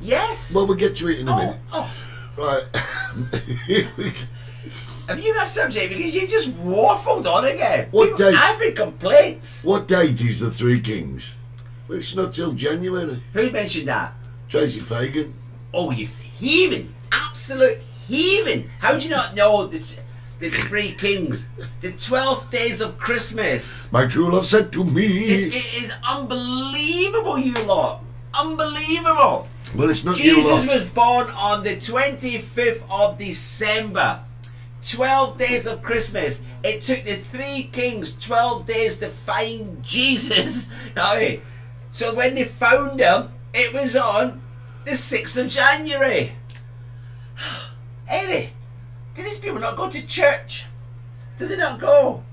[SPEAKER 5] Yes.
[SPEAKER 4] Well, we'll get to it in a minute.
[SPEAKER 5] oh, oh,
[SPEAKER 4] Right.
[SPEAKER 5] have you got a subject? Because you just waffled on again.
[SPEAKER 4] What
[SPEAKER 5] People-
[SPEAKER 4] date?
[SPEAKER 5] I've had complaints.
[SPEAKER 4] what date is the Three Kings? Well, it's not till January.
[SPEAKER 5] Who mentioned that?
[SPEAKER 4] Tracy Fagan.
[SPEAKER 5] Oh, you heathen! Absolute heathen! How do you not know the, the three kings? The 12 days of Christmas!
[SPEAKER 4] My true love said to me.
[SPEAKER 5] It's, it is unbelievable, you lot! Unbelievable!
[SPEAKER 4] well, it's not you
[SPEAKER 5] Jesus
[SPEAKER 4] lot.
[SPEAKER 5] was born on the 25th of December. 12 days of Christmas. It took the three kings 12 days to find Jesus. Now, so when they found him, it was on the 6th of January. Eddie, did these people not go to church? Did they not go?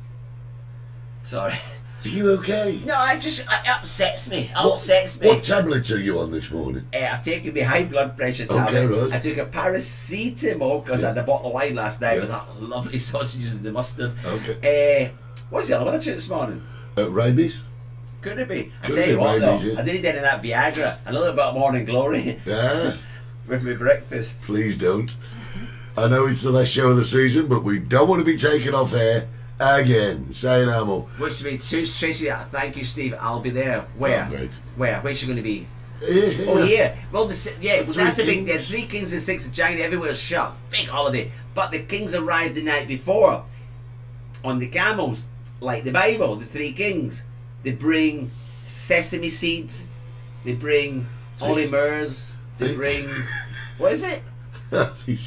[SPEAKER 5] Sorry.
[SPEAKER 4] Are you okay?
[SPEAKER 5] No, I just, it upsets me.
[SPEAKER 4] What-
[SPEAKER 5] Upsets me.
[SPEAKER 4] What tablets are you on this morning?
[SPEAKER 5] Eh, I've taken my high blood pressure
[SPEAKER 4] Okay,
[SPEAKER 5] tablets.
[SPEAKER 4] right.
[SPEAKER 5] I took a paracetamol because I had a bottle of wine last night with
[SPEAKER 4] Yeah.
[SPEAKER 5] that lovely sausages and the mustard.
[SPEAKER 4] Okay.
[SPEAKER 5] Eh, what was the other one I took this morning?
[SPEAKER 4] At Uh, rabies?
[SPEAKER 5] Could it be? I
[SPEAKER 4] Could
[SPEAKER 5] tell
[SPEAKER 4] be
[SPEAKER 5] you what though,
[SPEAKER 4] rabies, yeah.
[SPEAKER 5] I did it in that Viagra, a little bit of morning glory
[SPEAKER 4] Yeah.
[SPEAKER 5] with my breakfast.
[SPEAKER 4] Please don't. I know it's the last show of the season, but we don't want to be taken off air again. Say no more.
[SPEAKER 5] Which means Tuesday, Tracy, uh, thank you, Steve. I'll be there. Where?
[SPEAKER 4] Oh, great.
[SPEAKER 5] Where? Where's she going to be?
[SPEAKER 4] Yeah.
[SPEAKER 5] Oh yeah. Well, the, si- yeah.
[SPEAKER 4] The
[SPEAKER 5] well, that's
[SPEAKER 4] Three
[SPEAKER 5] the big.
[SPEAKER 4] Kings.
[SPEAKER 5] There's three kings and six. Giant everywhere shut. Big holiday. But the kings arrived the night before, on the camels, like the Bible. The three kings. They bring sesame seeds. They bring holy myrrhs. They
[SPEAKER 4] They-
[SPEAKER 5] bring. What is it?
[SPEAKER 4] I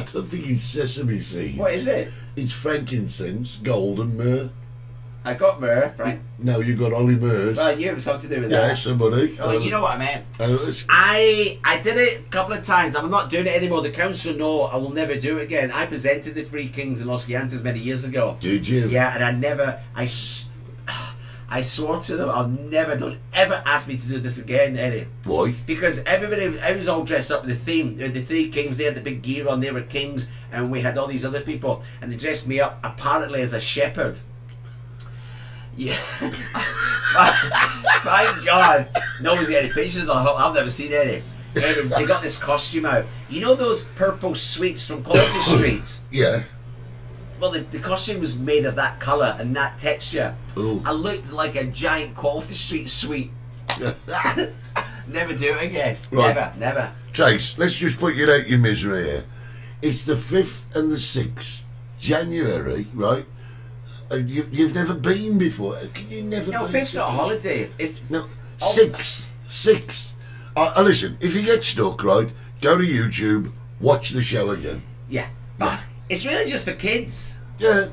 [SPEAKER 4] don't think it's sesame seeds.
[SPEAKER 5] What is it?
[SPEAKER 4] It's frankincense, gold, and myrrh.
[SPEAKER 5] I got myrrh, Frank.
[SPEAKER 4] No, you got Ollie Murs.
[SPEAKER 5] Well, you have something to do with
[SPEAKER 4] yeah,
[SPEAKER 5] that.
[SPEAKER 4] somebody.
[SPEAKER 5] Oh, you know what I meant.
[SPEAKER 4] Uh, it's-
[SPEAKER 5] I I did it a couple of times. I'm not doing it anymore. The council know I will never do it again. I presented the Three Kings in Los Giantes many years ago.
[SPEAKER 4] Did you?
[SPEAKER 5] Yeah, and I never I s- I swore to them I'll never don't ever ask me to do this again, Eddie.
[SPEAKER 4] Why?
[SPEAKER 5] Because everybody, I was all dressed up with the theme. They had The three kings, they had the big gear on, they were kings, and we had all these other people, and they dressed me up apparently as a shepherd. Yeah. Thank God. Nobody's got any pictures of it. I've never seen any. And they got this costume out. You know those purple sweets from Quality Streets?
[SPEAKER 4] Yeah.
[SPEAKER 5] Well, the, the costume was made of that colour and that texture.
[SPEAKER 4] Ooh.
[SPEAKER 5] I looked like a giant Quality Street sweet. Never do it again.
[SPEAKER 4] Right.
[SPEAKER 5] Never, never.
[SPEAKER 4] Trace, let's just put you out your misery here. It's the 5th and the 6th January, right? And you, you've never been before. Can you never
[SPEAKER 5] No,
[SPEAKER 4] been
[SPEAKER 5] fifth's not a
[SPEAKER 4] before?
[SPEAKER 5] holiday. It's
[SPEAKER 4] No,
[SPEAKER 5] Oh.
[SPEAKER 4] sixth, sixth. Uh, uh, listen, if you get stuck, right, go to YouTube, watch the show again.
[SPEAKER 5] yeah, but it's really just for kids.
[SPEAKER 4] Yeah,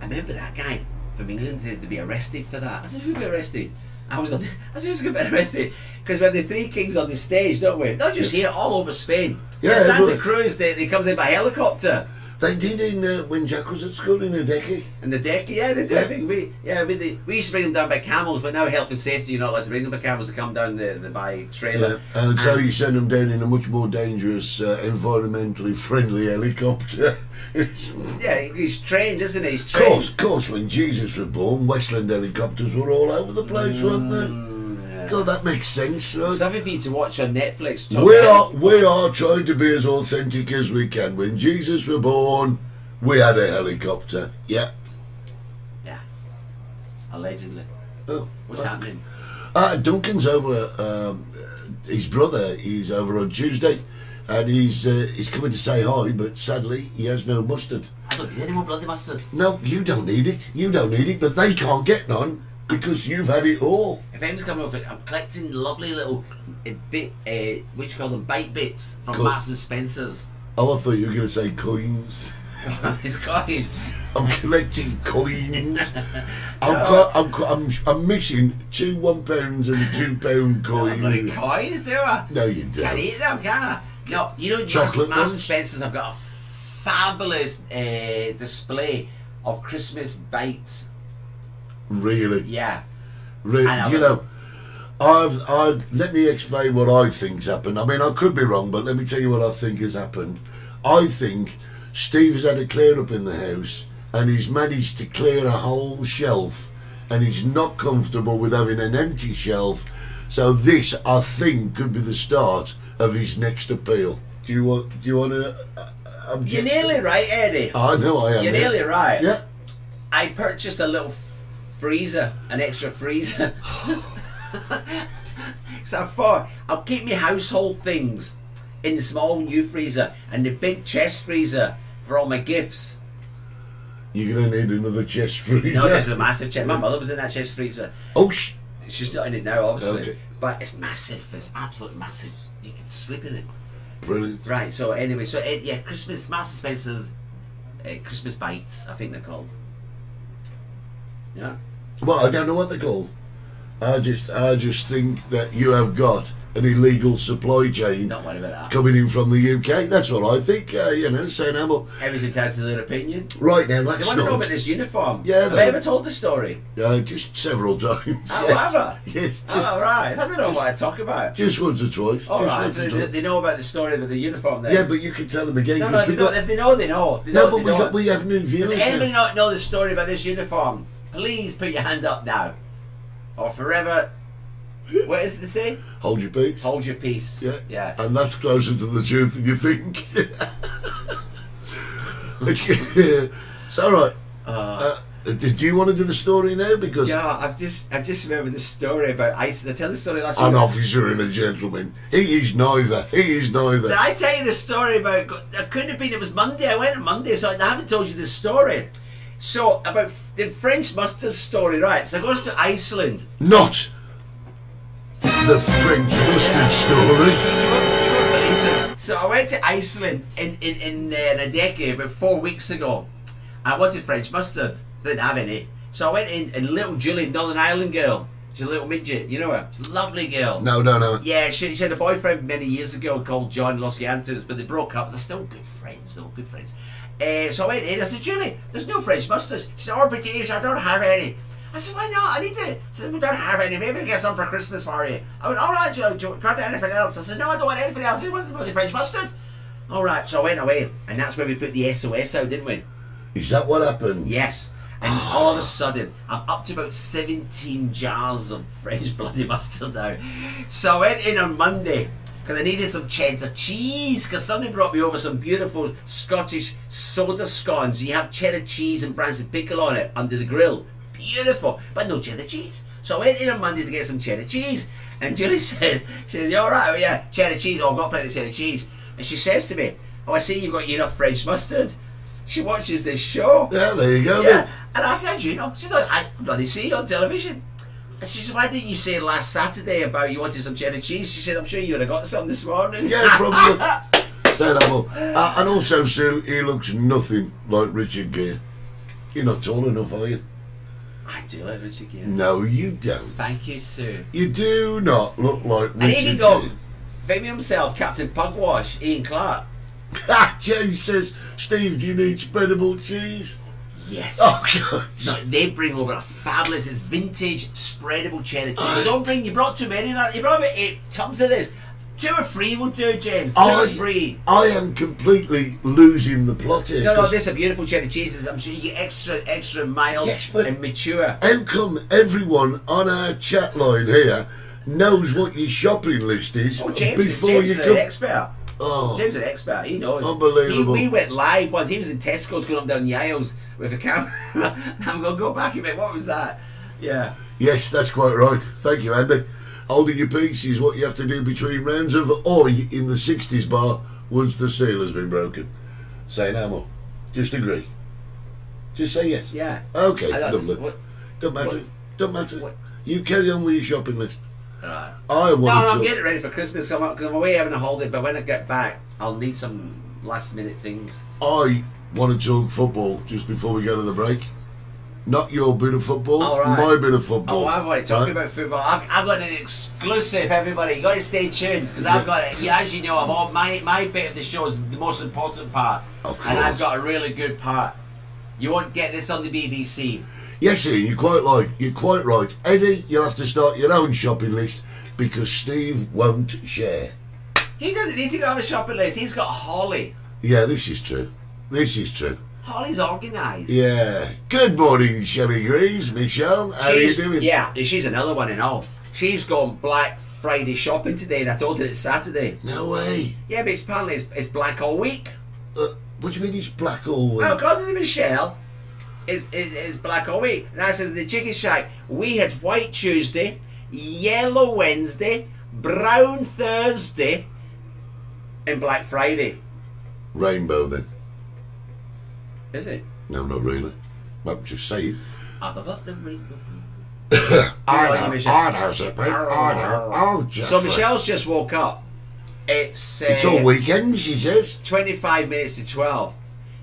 [SPEAKER 5] I remember that guy from England said to be arrested for that. I said, who be arrested? I was on. I said, who's going to be arrested? Because we have the three kings on the stage, don't we? Not just here, all over Spain.
[SPEAKER 4] Yeah,
[SPEAKER 5] Santa
[SPEAKER 4] everywhere.
[SPEAKER 5] Cruz. They, they comes in by helicopter.
[SPEAKER 4] they did in uh, when Jack was at school in a decade.
[SPEAKER 5] And the deck, yeah, they do. I think we, yeah, we, they, we used to bring them down by camels, but now health and safety, you're not allowed to bring them by camels. They come down the, the by trailer.
[SPEAKER 4] Uh, And um, so you send them down in a much more dangerous, uh, environmentally friendly helicopter. of
[SPEAKER 5] Yeah, he's trained, isn't he? He's trained.
[SPEAKER 4] course, of course, when Jesus was born, Westland helicopters were all over the place, weren't they? God, that makes sense, right?
[SPEAKER 5] Something for you to watch on Netflix. Tom
[SPEAKER 4] We
[SPEAKER 5] Hanks.
[SPEAKER 4] are we are trying to be as authentic as we can. When Jesus was born, we had a helicopter. Yeah.
[SPEAKER 5] Yeah. Allegedly.
[SPEAKER 4] Oh.
[SPEAKER 5] What's happening?
[SPEAKER 4] Uh, Duncan's over. Um, his brother is over on Tuesday, and he's uh, he's coming to say hi. But sadly, he has no mustard.
[SPEAKER 5] I don't need any more bloody mustard.
[SPEAKER 4] No, you don't need it. You don't need it. But they can't get none because you've had it all.
[SPEAKER 5] If Em's coming over, I'm collecting lovely little uh, bit, uh, what do you call them, bite bits from
[SPEAKER 4] Cool.
[SPEAKER 5] Marks and Spencer's.
[SPEAKER 4] Oh, I thought you were going to say coins.
[SPEAKER 5] it's got his.
[SPEAKER 4] I'm collecting coins. I'm, co- I'm, co- I'm, I'm missing two one pounds and two pound
[SPEAKER 5] I'm not in
[SPEAKER 4] coins.
[SPEAKER 5] coins, do I?
[SPEAKER 4] Oh, No, you
[SPEAKER 5] Can't
[SPEAKER 4] don't.
[SPEAKER 5] eat them, Oh, can I? No, you know,
[SPEAKER 4] Chocolate
[SPEAKER 5] Marks- Marks and
[SPEAKER 4] ones?
[SPEAKER 5] Spencer's have got a fabulous uh, display of Christmas bites.
[SPEAKER 4] Really,
[SPEAKER 5] Yeah. I know,
[SPEAKER 4] really. You
[SPEAKER 5] but-
[SPEAKER 4] know, I've, I've let me explain what I think's happened. I mean, I could be wrong, but let me tell you what I think has happened. I think Steve has had a clear up in the house, and he's managed to clear a whole shelf, and he's not comfortable with having an empty shelf. So this, I think, could be the start of his next appeal. Do you want? Do you want to? Uh, object
[SPEAKER 5] You're
[SPEAKER 4] to
[SPEAKER 5] nearly right, Eddie.
[SPEAKER 4] I know I am.
[SPEAKER 5] You're nearly right.
[SPEAKER 4] Oh, Yeah.
[SPEAKER 5] I purchased a little freezer, an extra freezer. so I thought I'll keep my household things in the small new freezer and the big chest freezer for all my gifts.
[SPEAKER 4] You're gonna need another chest freezer.
[SPEAKER 5] No, this is a massive chest. My mother was in that chest freezer.
[SPEAKER 4] oh sh-
[SPEAKER 5] She's not in it now, obviously.
[SPEAKER 4] Okay.
[SPEAKER 5] But it's massive. It's absolute massive. You can sleep in it.
[SPEAKER 4] brilliant.
[SPEAKER 5] Right. So anyway, so eh, yeah, Christmas Master Spencer's uh, Christmas bites. I think they're called. Yeah.
[SPEAKER 4] Well, I don't know what they're called. I just I just think that you have got an illegal supply chain
[SPEAKER 5] Don't worry about that.
[SPEAKER 4] coming in from the UK. That's what I think. Uh, you know, saying how much.
[SPEAKER 5] Everyone's entitled to their opinion.
[SPEAKER 4] Right now,
[SPEAKER 5] They
[SPEAKER 4] that's
[SPEAKER 5] want to know
[SPEAKER 4] not.
[SPEAKER 5] about this uniform.
[SPEAKER 4] Yeah,
[SPEAKER 5] Have
[SPEAKER 4] they-
[SPEAKER 5] I ever told the story?
[SPEAKER 4] Uh, just several times.
[SPEAKER 5] Oh,
[SPEAKER 4] yes.
[SPEAKER 5] have I?
[SPEAKER 4] Yes. Just,
[SPEAKER 5] oh, right. I don't know what I talk about.
[SPEAKER 4] just once or twice.
[SPEAKER 5] All
[SPEAKER 4] just
[SPEAKER 5] right.
[SPEAKER 4] once
[SPEAKER 5] So
[SPEAKER 4] or
[SPEAKER 5] they,
[SPEAKER 4] twice.
[SPEAKER 5] they know about the story about the uniform then.
[SPEAKER 4] yeah, but you can tell them again
[SPEAKER 5] no, no,
[SPEAKER 4] because
[SPEAKER 5] they
[SPEAKER 4] we
[SPEAKER 5] know,
[SPEAKER 4] got.
[SPEAKER 5] if they know, they know. If they
[SPEAKER 4] no,
[SPEAKER 5] don't,
[SPEAKER 4] but
[SPEAKER 5] they
[SPEAKER 4] we got
[SPEAKER 5] don't.
[SPEAKER 4] we have new viewers.
[SPEAKER 5] Does
[SPEAKER 4] now.
[SPEAKER 5] anybody not know the story about this uniform? Please put your hand up now. Or forever. What is it they say?
[SPEAKER 4] Hold your peace.
[SPEAKER 5] Hold your peace.
[SPEAKER 4] Yeah.
[SPEAKER 5] Yeah.
[SPEAKER 4] And that's closer to the truth than you think. It's- it's all right. Uh, do you want to do the story now? Because
[SPEAKER 5] Yeah, I've just I just remember the story about Iceland. I tell the story last
[SPEAKER 4] an
[SPEAKER 5] week.
[SPEAKER 4] officer and a gentleman. He is neither. He is neither.
[SPEAKER 5] Did I tell you the story about? It couldn't have been. It was Monday. I went on Monday, so I haven't told you the story. So about the French mustard story, right? So I goes to Iceland.
[SPEAKER 4] Not the French mustard story.
[SPEAKER 5] So I went to Iceland in in in, uh, in a decade about four weeks ago. I wanted French mustard, didn't have any. So I went in and little Julie, Northern Ireland girl. She's a little midget, you know her. She's a lovely girl.
[SPEAKER 4] No, no, no.
[SPEAKER 5] Yeah, she, she had a boyfriend many years ago called John Los Yantes, but they broke up. They're still good friends, though, good friends. Uh, so I went in, I said, Julie, there's no French mustards. She said, oh, but Denise, I don't have any. I said, why not? I need it. She said, we don't have any. Maybe we get some for Christmas for you. I went, all right, Joe, do you want anything else? I said, no, I don't want anything else. I want the French mustard. All right, so I went away, and that's where we put the SOS out, didn't we?
[SPEAKER 4] Is that what happened?
[SPEAKER 5] Yes. And all of a sudden, I'm up to about 17 jars of French bloody mustard now. So I went in on Monday because I needed some cheddar cheese because somebody brought me over some beautiful Scottish soda scones. You have cheddar cheese and Branson pickle on it under the grill. Beautiful, but no cheddar cheese. So I went in on Monday to get some cheddar cheese. And Julie says, she says, you all right? Oh, yeah, cheddar cheese. Oh, I've got plenty of cheddar cheese. And she says to me, oh, I see you've got enough French mustard. She watches this show.
[SPEAKER 4] Yeah, there you go.
[SPEAKER 5] Yeah. And I said, you know, she's like, I bloody see you on television. And she said, why didn't you say last Saturday about you wanted some cheddar cheese? She said, I'm sure you would have got some this morning.
[SPEAKER 4] Yeah, probably. Say that more. Uh, and also, Sue, he looks nothing like Richard Gere. You're not tall enough, are you?
[SPEAKER 5] I do like Richard Gere.
[SPEAKER 4] No, you don't.
[SPEAKER 5] Thank you, Sue.
[SPEAKER 4] You do not look like Richard
[SPEAKER 5] And he can
[SPEAKER 4] Gere.
[SPEAKER 5] go, fame himself, Captain Pugwash, Ian Clark.
[SPEAKER 4] Ah, James says, Steve, do you need spreadable cheese?
[SPEAKER 5] Yes.
[SPEAKER 4] Oh, God.
[SPEAKER 5] No, they bring over a fabulous, it's vintage, spreadable cheddar cheese.
[SPEAKER 4] Oh.
[SPEAKER 5] Don't bring, you brought too many of that. You brought about eight tubs of this. Two or three will do, James. Two
[SPEAKER 4] Oh,
[SPEAKER 5] or three.
[SPEAKER 4] I am completely losing the plot here.
[SPEAKER 5] No, no,
[SPEAKER 4] 'cause
[SPEAKER 5] this is a beautiful cheddar cheese. I'm sure you get extra, extra mild
[SPEAKER 4] Yes, but-
[SPEAKER 5] and mature.
[SPEAKER 4] How come everyone on our chat line here knows what your shopping list is
[SPEAKER 5] Oh, James,
[SPEAKER 4] before
[SPEAKER 5] James
[SPEAKER 4] you
[SPEAKER 5] is
[SPEAKER 4] come?
[SPEAKER 5] an expert.
[SPEAKER 4] Oh.
[SPEAKER 5] James is an expert. He knows.
[SPEAKER 4] Unbelievable.
[SPEAKER 5] He, we went live once. He was in Tesco's going up and down the aisles with a camera. and I'm going to go back and went, what was that? Yeah.
[SPEAKER 4] Yes, that's quite right. Thank you, Andy. Holding your peace is what you have to do between rounds of oi in the 60s bar once the seal has been broken. Say no more. Just agree. Just say yes.
[SPEAKER 5] Yeah.
[SPEAKER 4] Okay,
[SPEAKER 5] I don't-
[SPEAKER 4] lovely.
[SPEAKER 5] what-
[SPEAKER 4] Don't matter. Don't matter.
[SPEAKER 5] what-
[SPEAKER 4] You carry on with your shopping list. I want
[SPEAKER 5] No,
[SPEAKER 4] to.
[SPEAKER 5] I'm getting ready for Christmas because I'm, 'cause I'm away having a holiday, but when I get back, I'll need some last minute things.
[SPEAKER 4] I want to talk football just before we go to the break. Not your bit of football,
[SPEAKER 5] All right.
[SPEAKER 4] my bit of football.
[SPEAKER 5] Oh, I've already talked
[SPEAKER 4] Right?
[SPEAKER 5] about football. I've, I've got an exclusive, everybody. you got to stay tuned because I've got, it. yeah, as you know, I've all, my, my bit of the show is the most important part.
[SPEAKER 4] Of
[SPEAKER 5] And I've
[SPEAKER 4] course.
[SPEAKER 5] got a really good part. You won't get this on the BBC.
[SPEAKER 4] Yes, Ian, you're quite right. You're quite right. Eddie, you'll have to start your own shopping list because Steve won't share.
[SPEAKER 5] He doesn't need to go have a shopping list. He's got Holly.
[SPEAKER 4] Yeah, this is true. This is true.
[SPEAKER 5] Holly's organised.
[SPEAKER 4] Yeah. Good morning, Shelley Greaves, Michelle. How
[SPEAKER 5] she's,
[SPEAKER 4] are you doing?
[SPEAKER 5] Yeah, she's another one and all. She's gone Black Friday shopping today, and I told her it's Saturday.
[SPEAKER 4] No way.
[SPEAKER 5] Yeah, but it's apparently it's, it's black all week.
[SPEAKER 4] Uh, what do you mean he's black uh, all week?
[SPEAKER 5] Oh, God, the Michelle is, is, is black all week. And I says, the chicken shack, we had white Tuesday, yellow Wednesday, brown Thursday, and black Friday.
[SPEAKER 4] Rainbow then.
[SPEAKER 5] Is it?
[SPEAKER 4] No, not really. I'm just saying.
[SPEAKER 5] Up above the rainbow.
[SPEAKER 4] I
[SPEAKER 5] are you,
[SPEAKER 4] know,
[SPEAKER 5] Michelle?
[SPEAKER 4] I know, Zippy. I know. Oh, Jeffrey.
[SPEAKER 5] So Michelle's just woke up. It's, uh,
[SPEAKER 4] It's all weekend, she says.
[SPEAKER 5] 25 minutes to 12.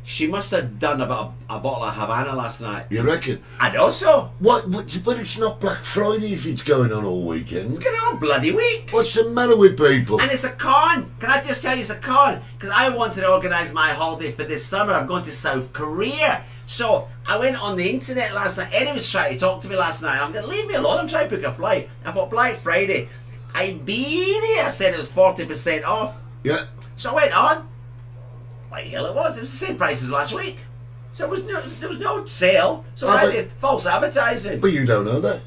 [SPEAKER 5] She must have done about a, a bottle of Havana last night.
[SPEAKER 4] You reckon?
[SPEAKER 5] And also,
[SPEAKER 4] What, what? But it's not Black Friday if it's going on all weekend.
[SPEAKER 5] it's going on bloody week.
[SPEAKER 4] What's the matter with people?
[SPEAKER 5] And it's a con. Can I just tell you it's a con? Because I wanted to organise my holiday for this summer. I'm going to South Korea. So I went on the internet last night. Eddie was trying to talk to me last night. I'm going to leave me alone. I'm trying to book a flight. I thought Black Friday. Iberia said it was 40% off.
[SPEAKER 4] Yeah.
[SPEAKER 5] So I went on. What the hell it was? It was the same price as last week. So it was no, there was no sale. So
[SPEAKER 4] Ah,
[SPEAKER 5] I
[SPEAKER 4] but-
[SPEAKER 5] did false advertising.
[SPEAKER 4] But you don't know that.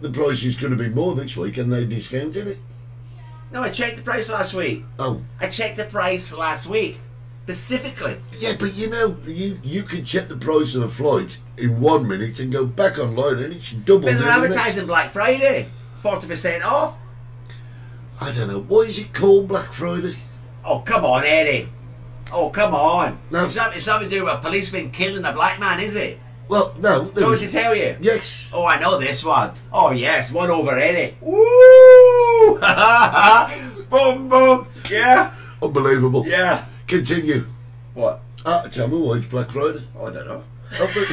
[SPEAKER 4] The price is going to be more this week and they discounted it.
[SPEAKER 5] no, I checked the price last week.
[SPEAKER 4] Oh,
[SPEAKER 5] I checked the price last week specifically.
[SPEAKER 4] yeah, but you know, you you can check the price of a flight in one minute and go back online and it's double.
[SPEAKER 5] But
[SPEAKER 4] the
[SPEAKER 5] they're
[SPEAKER 4] next-
[SPEAKER 5] advertising Black Friday, forty percent off.
[SPEAKER 4] I don't know. Why is it called Black Friday?
[SPEAKER 5] Oh come on, Eddie. Oh come on.
[SPEAKER 4] No.
[SPEAKER 5] It's, not, it's nothing to do with a policeman killing a black man, is it?
[SPEAKER 4] Well, no. there
[SPEAKER 5] Do you want
[SPEAKER 4] was-
[SPEAKER 5] me to tell you?
[SPEAKER 4] Yes.
[SPEAKER 5] Oh, I know this one. Oh yes, one over Eddie. Woo! boom, boom. Yeah,
[SPEAKER 4] Unbelievable.
[SPEAKER 5] yeah.
[SPEAKER 4] Continue.
[SPEAKER 5] What?
[SPEAKER 4] Ah, tell me why it's Black Friday.
[SPEAKER 5] Oh, I don't know.
[SPEAKER 4] I thought-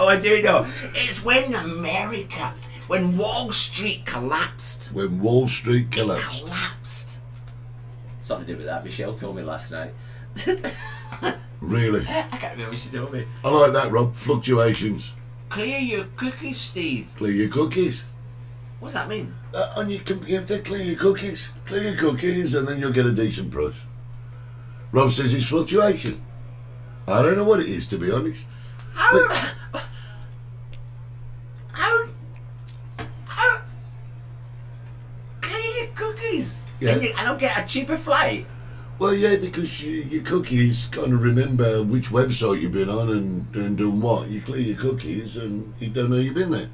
[SPEAKER 5] Oh, I do know. It's when America, when Wall Street collapsed.
[SPEAKER 4] when Wall Street collapsed.
[SPEAKER 5] Collapsed. Something to do with that. Michelle told me last night.
[SPEAKER 4] Really.
[SPEAKER 5] I can't remember what she told me.
[SPEAKER 4] I like that, Rob. Fluctuations.
[SPEAKER 5] Clear your cookies, Steve.
[SPEAKER 4] Clear your cookies.
[SPEAKER 5] What's that mean?
[SPEAKER 4] Uh, on your computer, clear your cookies. Clear your cookies and then you'll get a decent price. Rob says it's fluctuation. I don't know what it is, to be honest.
[SPEAKER 5] How? How? How? Clear your cookies.
[SPEAKER 4] Yeah.
[SPEAKER 5] And, you, and I'll get a cheaper flight.
[SPEAKER 4] Well, yeah, because you, your cookies kind of remember which website you've been on and, and doing what. You clear your cookies and you don't know you've been there.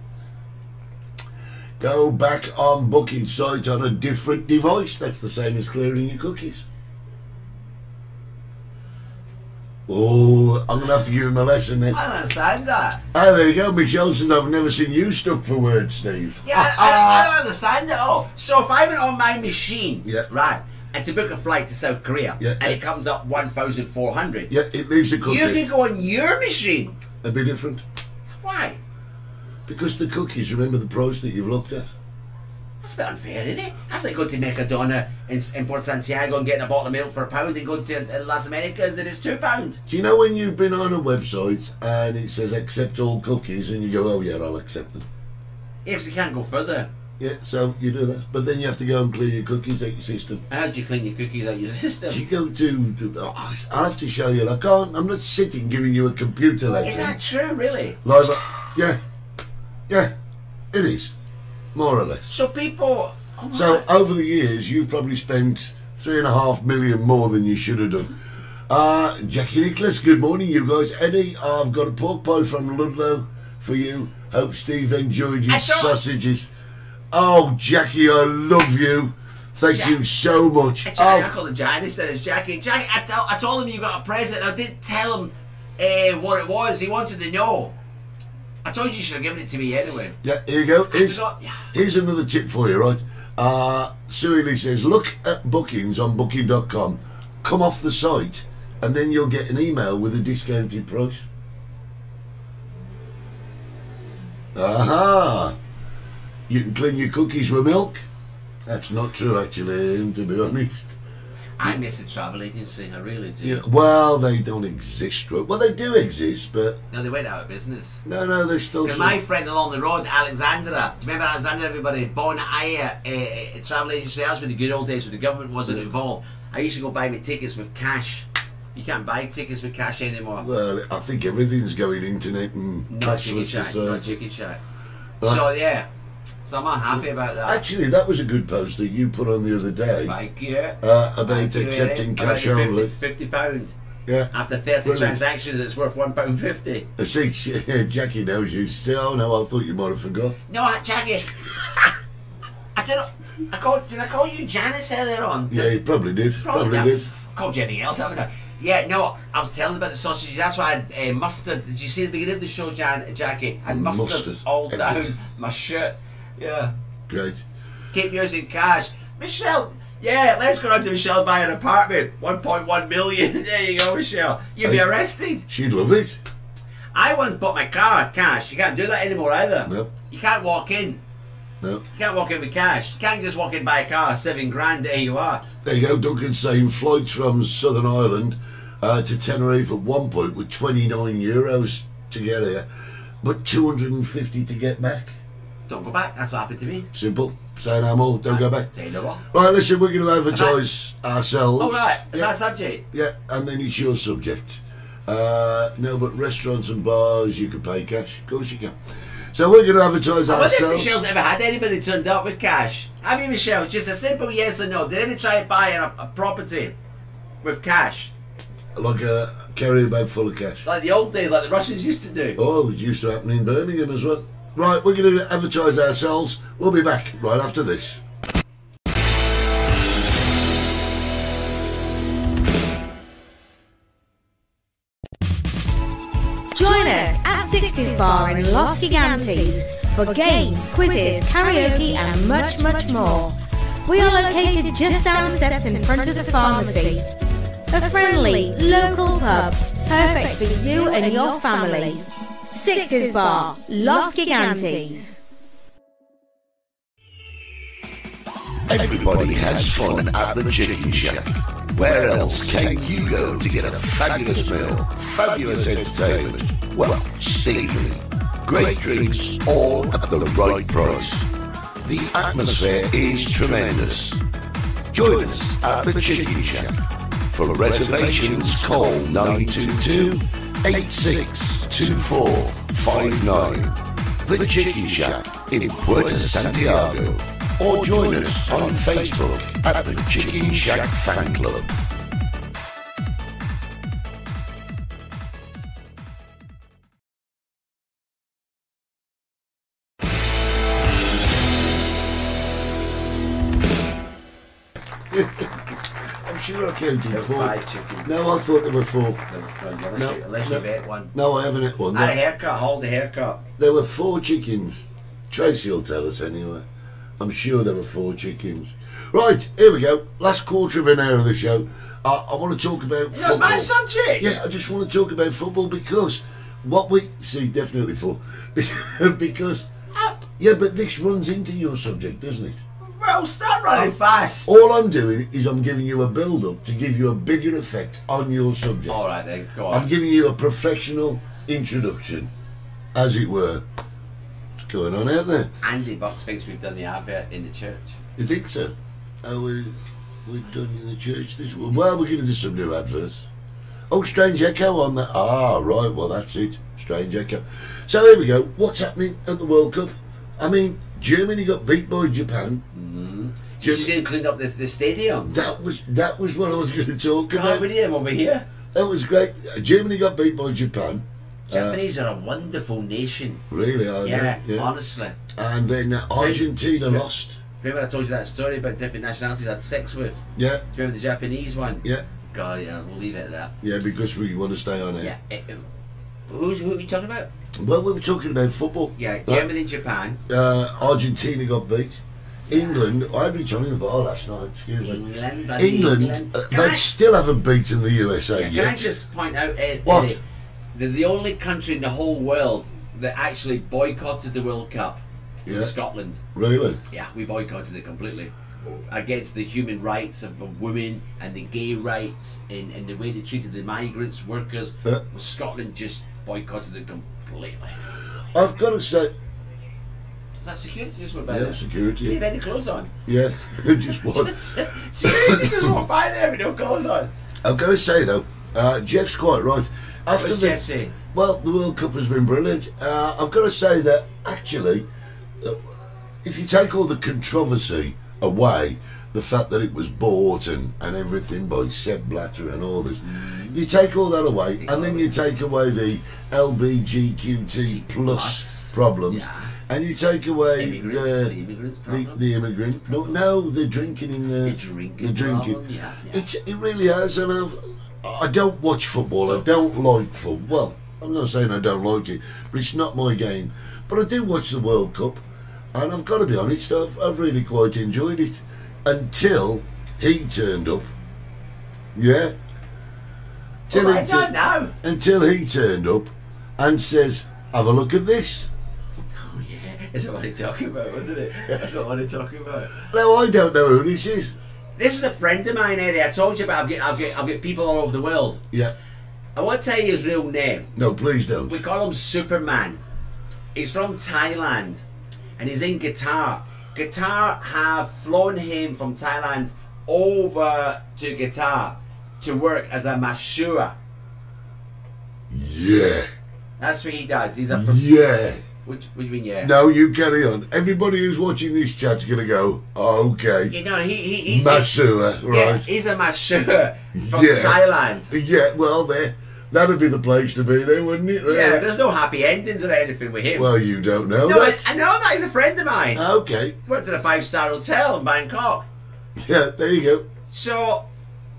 [SPEAKER 4] Go back on booking site on a different device. That's the same as clearing your cookies. Oh, I'm going to have to give him a lesson then.
[SPEAKER 5] I don't understand that.
[SPEAKER 4] Ah, there you go. Michelle says, I've never seen you stuck for words, Steve.
[SPEAKER 5] Yeah, I, I, I don't understand it all. So if I went on my machine,
[SPEAKER 4] ah. Yeah.
[SPEAKER 5] right, and to book a flight to South Korea,
[SPEAKER 4] Yeah.
[SPEAKER 5] and it comes up 1,400,
[SPEAKER 4] Yeah, it leaves the
[SPEAKER 5] you can
[SPEAKER 4] cookie.
[SPEAKER 5] go on your machine.
[SPEAKER 4] It'd be different.
[SPEAKER 5] Why?
[SPEAKER 4] Because the cookies remember the price that you've looked at.
[SPEAKER 5] That's a bit unfair, isn't it? That's like going to Mercadona in, in Port Santiago and getting a bottle of milk for a pound and going to uh, Las Americas and it's two pounds.
[SPEAKER 4] Do you know when you've been on a website and it says accept all cookies and you go, oh yeah, I'll accept them.
[SPEAKER 5] Yeah, 'cause you can't go further.
[SPEAKER 4] Yeah, so you do that. But then you have to go and clear your cookies out your system.
[SPEAKER 5] And how do you clean your cookies out
[SPEAKER 4] You
[SPEAKER 5] your system?
[SPEAKER 4] go to, to oh, I'll have to show you. I can't, I'm not sitting giving you a computer
[SPEAKER 5] Is
[SPEAKER 4] lesson.
[SPEAKER 5] that true, really?
[SPEAKER 4] Live, yeah, yeah, it is, more or less.
[SPEAKER 5] So people. Oh my-
[SPEAKER 4] So over the years, you've probably spent three and a half million more than you should have done. Uh, Jackie Nicholas, good morning, you guys. Eddie, I've got a pork pie from Ludlow for you. Hope Steve enjoyed your
[SPEAKER 5] I don't-
[SPEAKER 4] sausages. Oh, Jackie, I love you. Thank
[SPEAKER 5] Jack-
[SPEAKER 4] you so much.
[SPEAKER 5] Jack, I
[SPEAKER 4] Oh,
[SPEAKER 5] called him Jack instead of Jackie. Jack, I, tell, I told him you got a present. I didn't tell him eh, what it was. He wanted to know. I told you you should have given it to me anyway.
[SPEAKER 4] yeah, here you go. Here's,
[SPEAKER 5] forgot, yeah.
[SPEAKER 4] here's another tip for you, right? Uh, Sue Lee says, look at bookings on booking.com, come off the site, and then you'll get an email with a discounted price. Aha! You can clean your cookies with milk. That's not true, actually, Ian, to be honest.
[SPEAKER 5] I miss a travel agency. I really do.
[SPEAKER 4] Yeah, well, they don't exist. right? Well, they do exist, but
[SPEAKER 5] No, they went out of business.
[SPEAKER 4] no, no, they're still.
[SPEAKER 5] Because
[SPEAKER 4] sort of-
[SPEAKER 5] my friend along the road, Alexandra, remember Alexandra, everybody, Bon Air, a, a uh, travel agency, that was with the good old days when the government wasn't involved. I used to go buy me tickets with cash. You can't buy tickets with cash anymore.
[SPEAKER 4] Well, I think everything's going internet and
[SPEAKER 5] Not chicken
[SPEAKER 4] cashless
[SPEAKER 5] shack, not
[SPEAKER 4] society.
[SPEAKER 5] chicken shack.
[SPEAKER 4] uh, Right.
[SPEAKER 5] So yeah, so I'm not happy about that.
[SPEAKER 4] Actually, that was a good post that you put on the other day
[SPEAKER 5] Thank you.
[SPEAKER 4] uh, about
[SPEAKER 5] Thank you,
[SPEAKER 4] accepting
[SPEAKER 5] Eric.
[SPEAKER 4] cash
[SPEAKER 5] About the
[SPEAKER 4] only.
[SPEAKER 5] 50, Fifty pound.
[SPEAKER 4] Yeah,
[SPEAKER 5] After thirty
[SPEAKER 4] Brilliant.
[SPEAKER 5] transactions, it's worth one pound fifty.
[SPEAKER 4] I see. yeah, Jackie knows you. She said, "Oh no, I thought you might have forgot."
[SPEAKER 5] No, I- Jackie. I did. I called. Did I call you Janice earlier on?
[SPEAKER 4] Yeah, you probably did. Probably,
[SPEAKER 5] I've-
[SPEAKER 4] did.
[SPEAKER 5] I've called you anything else, haven't I? Yeah, no, I was telling about the sausages. That's why I uh, mustard. Did you see the beginning of the show, Jan, Jackie? I mustard,
[SPEAKER 4] Mustard.
[SPEAKER 5] all
[SPEAKER 4] Everything.
[SPEAKER 5] down my shirt. Yeah.
[SPEAKER 4] Great.
[SPEAKER 5] Keep using cash. Michelle, yeah, let's go down to Michelle and buy an apartment. 1.1 million. There you go, Michelle. You'll be
[SPEAKER 4] Hey.
[SPEAKER 5] arrested.
[SPEAKER 4] She'd love it.
[SPEAKER 5] I once bought my car cash. You can't do that anymore either.
[SPEAKER 4] No.
[SPEAKER 5] You can't walk in.
[SPEAKER 4] No.
[SPEAKER 5] You can't walk in with cash. You can't just walk in buy a car, seven grand, there you are.
[SPEAKER 4] There you go. Duncan saying flights from Southern Ireland uh, to Tenerife at one point were 29 euros to get here, but 250 to get back.
[SPEAKER 5] Don't go back. That's what happened to me.
[SPEAKER 4] Simple. Say no more. Don't go back.
[SPEAKER 5] Say no more.
[SPEAKER 4] Right, listen, we're going to advertise ourselves.
[SPEAKER 5] All right,
[SPEAKER 4] Yeah,
[SPEAKER 5] that subject.
[SPEAKER 4] yeah, and then it's your subject. Uh, no, but restaurants and bars, you can pay cash. Of course you can. So we're going to advertise
[SPEAKER 5] I wonder if
[SPEAKER 4] ourselves.
[SPEAKER 5] Michelle's ever had anybody turned up with cash. I mean, Michelle, just a simple yes or no. Did anybody try buying a, a property with cash?
[SPEAKER 4] Like a carrier bag full of cash.
[SPEAKER 5] Like the old days, like the Russians used to do.
[SPEAKER 4] Oh, it used to happen in Birmingham as well. Right, we're going to advertise ourselves. We'll be back right after this.
[SPEAKER 1] Join us at 60s Bar in Los Gigantes for games, quizzes, karaoke, and much, much more. We are located just down the steps in front of the pharmacy. A friendly, local pub, perfect for you and your family. 60s Bar, Los Gigantes.
[SPEAKER 6] Everybody has fun at the Chicken Shack. Where else can you go to get a fabulous meal, fabulous entertainment, well, savory, great drinks, all at the right price? The atmosphere is tremendous. Join us at the Chicken Shack. For reservations, call 922 862459. The Chicken Shack in Puerto Santiago. Or join us on Facebook at the Chicken Shack Fan Club.
[SPEAKER 4] I'm sure I counted
[SPEAKER 5] There was
[SPEAKER 4] four.
[SPEAKER 5] five chickens.
[SPEAKER 4] No, I thought there were four.
[SPEAKER 5] There was none, unless
[SPEAKER 4] No,
[SPEAKER 5] you, unless
[SPEAKER 4] no.
[SPEAKER 5] you ate one.
[SPEAKER 4] No, I haven't had one.
[SPEAKER 5] Had a
[SPEAKER 4] No.
[SPEAKER 5] haircut, hold the haircut.
[SPEAKER 4] There were four chickens. Tracy will tell us anyway. I'm sure there were four chickens. Right, here we go. Last quarter of an hour of the show. I, I want to talk about
[SPEAKER 5] That's my
[SPEAKER 4] football.
[SPEAKER 5] subject!
[SPEAKER 4] Yeah, I just want to talk about football because what we see definitely for because
[SPEAKER 5] Uh,
[SPEAKER 4] yeah, but this runs into your subject, doesn't it?
[SPEAKER 5] Well, stop running
[SPEAKER 4] Oh.
[SPEAKER 5] fast.
[SPEAKER 4] All I'm doing is I'm giving you a build up to give you a bigger effect on your subject.
[SPEAKER 5] All right then, go
[SPEAKER 4] I'm
[SPEAKER 5] on.
[SPEAKER 4] giving you a professional introduction, as it were. What's going on out there?
[SPEAKER 5] Andy Bucks thinks we've done the advert in the church.
[SPEAKER 4] You think so? Are we we done in the church this week? Well, we're going to do some new adverts. Oh, strange echo on that. Ah, right. Well, that's it. Strange echo. So here we go. What's happening at the World Cup? I mean, Germany got beat by Japan.
[SPEAKER 5] Did you see him cleaned up the, the stadium?
[SPEAKER 4] That was that was what I was going to talk
[SPEAKER 5] God,
[SPEAKER 4] about. Uh.
[SPEAKER 5] we did him over here.
[SPEAKER 4] That was great. Germany got beat by Japan.
[SPEAKER 5] Japanese are a wonderful nation.
[SPEAKER 4] Really, I know,
[SPEAKER 5] Yeah, honestly.
[SPEAKER 4] And then uh, Argentina lost.
[SPEAKER 5] Remember I told you that story about different nationalities I had sex with?
[SPEAKER 4] Yeah,
[SPEAKER 5] Do you remember the Japanese one?
[SPEAKER 4] yeah,
[SPEAKER 5] God, yeah, we'll leave it at that.
[SPEAKER 4] yeah. Because we want to stay on it.
[SPEAKER 5] Yeah. eh, eh, who's, who are you talking about?
[SPEAKER 4] Well, we were talking about football.
[SPEAKER 5] Yeah,
[SPEAKER 4] Right?
[SPEAKER 5] Germany, Japan.
[SPEAKER 4] uh, Argentina got beat. England, I had been joining the bar last night, excuse me.
[SPEAKER 5] England, bloody
[SPEAKER 4] England,
[SPEAKER 5] England.
[SPEAKER 4] uh,
[SPEAKER 5] Can
[SPEAKER 4] they
[SPEAKER 5] I-
[SPEAKER 4] still haven't beaten the USA
[SPEAKER 5] Can I
[SPEAKER 4] yet.
[SPEAKER 5] just point out, Ed,
[SPEAKER 4] What?
[SPEAKER 5] Eddie, they're the only country in the whole world that actually boycotted the World Cup
[SPEAKER 4] Yeah.
[SPEAKER 5] was Scotland.
[SPEAKER 4] Really?
[SPEAKER 5] Yeah, we boycotted it completely. Against the human rights of, of women and the gay rights and, and the way they treated the migrants, workers,
[SPEAKER 4] Yeah.
[SPEAKER 5] Scotland just boycotted it completely.
[SPEAKER 4] I've got to say,
[SPEAKER 5] That security just went by
[SPEAKER 4] yeah,
[SPEAKER 5] there. Didn't
[SPEAKER 4] security.
[SPEAKER 5] have any clothes on.
[SPEAKER 4] Yeah, just one.
[SPEAKER 5] security just walked by there with no clothes on.
[SPEAKER 4] I've got to say though, uh, Jeff's quite right. After
[SPEAKER 5] What's
[SPEAKER 4] the,
[SPEAKER 5] Jeff saying?
[SPEAKER 4] Well, the World Cup has been brilliant. Uh, I've got to say that actually, uh, if you take all the controversy away, the fact that it was bought and, and everything by Seb Blatter and all this,
[SPEAKER 5] Mm.
[SPEAKER 4] you take all that away, and then you take away the LBGQT plus
[SPEAKER 5] Plus.
[SPEAKER 4] problems,
[SPEAKER 5] Yeah.
[SPEAKER 4] and you take away
[SPEAKER 5] Immigrants,
[SPEAKER 4] the,
[SPEAKER 5] the immigrants
[SPEAKER 4] the,
[SPEAKER 5] problem.
[SPEAKER 4] the immigrant. No, no, the drinking in the
[SPEAKER 5] The drinking
[SPEAKER 4] the drinking.
[SPEAKER 5] problem, yeah, yeah.
[SPEAKER 4] It's it really has, and I've, I don't watch football. I don't like football. Well, I'm not saying I don't like it, but it's not my game. But I do watch the World Cup, and I've got to be honest, I've, I've really quite enjoyed it until he turned up. Yeah. Till
[SPEAKER 5] Well, I
[SPEAKER 4] he
[SPEAKER 5] don't
[SPEAKER 4] tu-
[SPEAKER 5] know.
[SPEAKER 4] until he turned up and says, "Have a look at this."
[SPEAKER 5] Oh yeah, that's what I'm talking about, wasn't it? That's what I'm talking about.
[SPEAKER 4] Now I don't know who this is.
[SPEAKER 5] This is a friend of mine, Eddie. I told you about. I've got, I've got, I've got people all over the world.
[SPEAKER 4] Yeah.
[SPEAKER 5] I won't tell you his real name.
[SPEAKER 4] No, please don't.
[SPEAKER 5] We call him Superman. He's from Thailand, and he's in Qatar. Qatar have flown him from Thailand over to Qatar to work as a masseur.
[SPEAKER 4] Yeah.
[SPEAKER 5] That's what he does. He's a. Prof-
[SPEAKER 4] Yeah.
[SPEAKER 5] Which, which mean yeah.
[SPEAKER 4] No, you carry on. Everybody who's watching this chat's going to go, oh, okay.
[SPEAKER 5] You know he he he.
[SPEAKER 4] Masua,
[SPEAKER 5] he- yeah,
[SPEAKER 4] right.
[SPEAKER 5] he's a masseur from
[SPEAKER 4] Yeah.
[SPEAKER 5] Thailand.
[SPEAKER 4] Yeah, well, there, that'd be the place to be there, wouldn't it?
[SPEAKER 5] Yeah, there's no happy endings or anything with him.
[SPEAKER 4] Well, you don't know
[SPEAKER 5] no, I,
[SPEAKER 4] that.
[SPEAKER 5] I know that he's a friend of mine.
[SPEAKER 4] Okay.
[SPEAKER 5] Worked at a five star hotel in Bangkok.
[SPEAKER 4] Yeah, there you go.
[SPEAKER 5] So,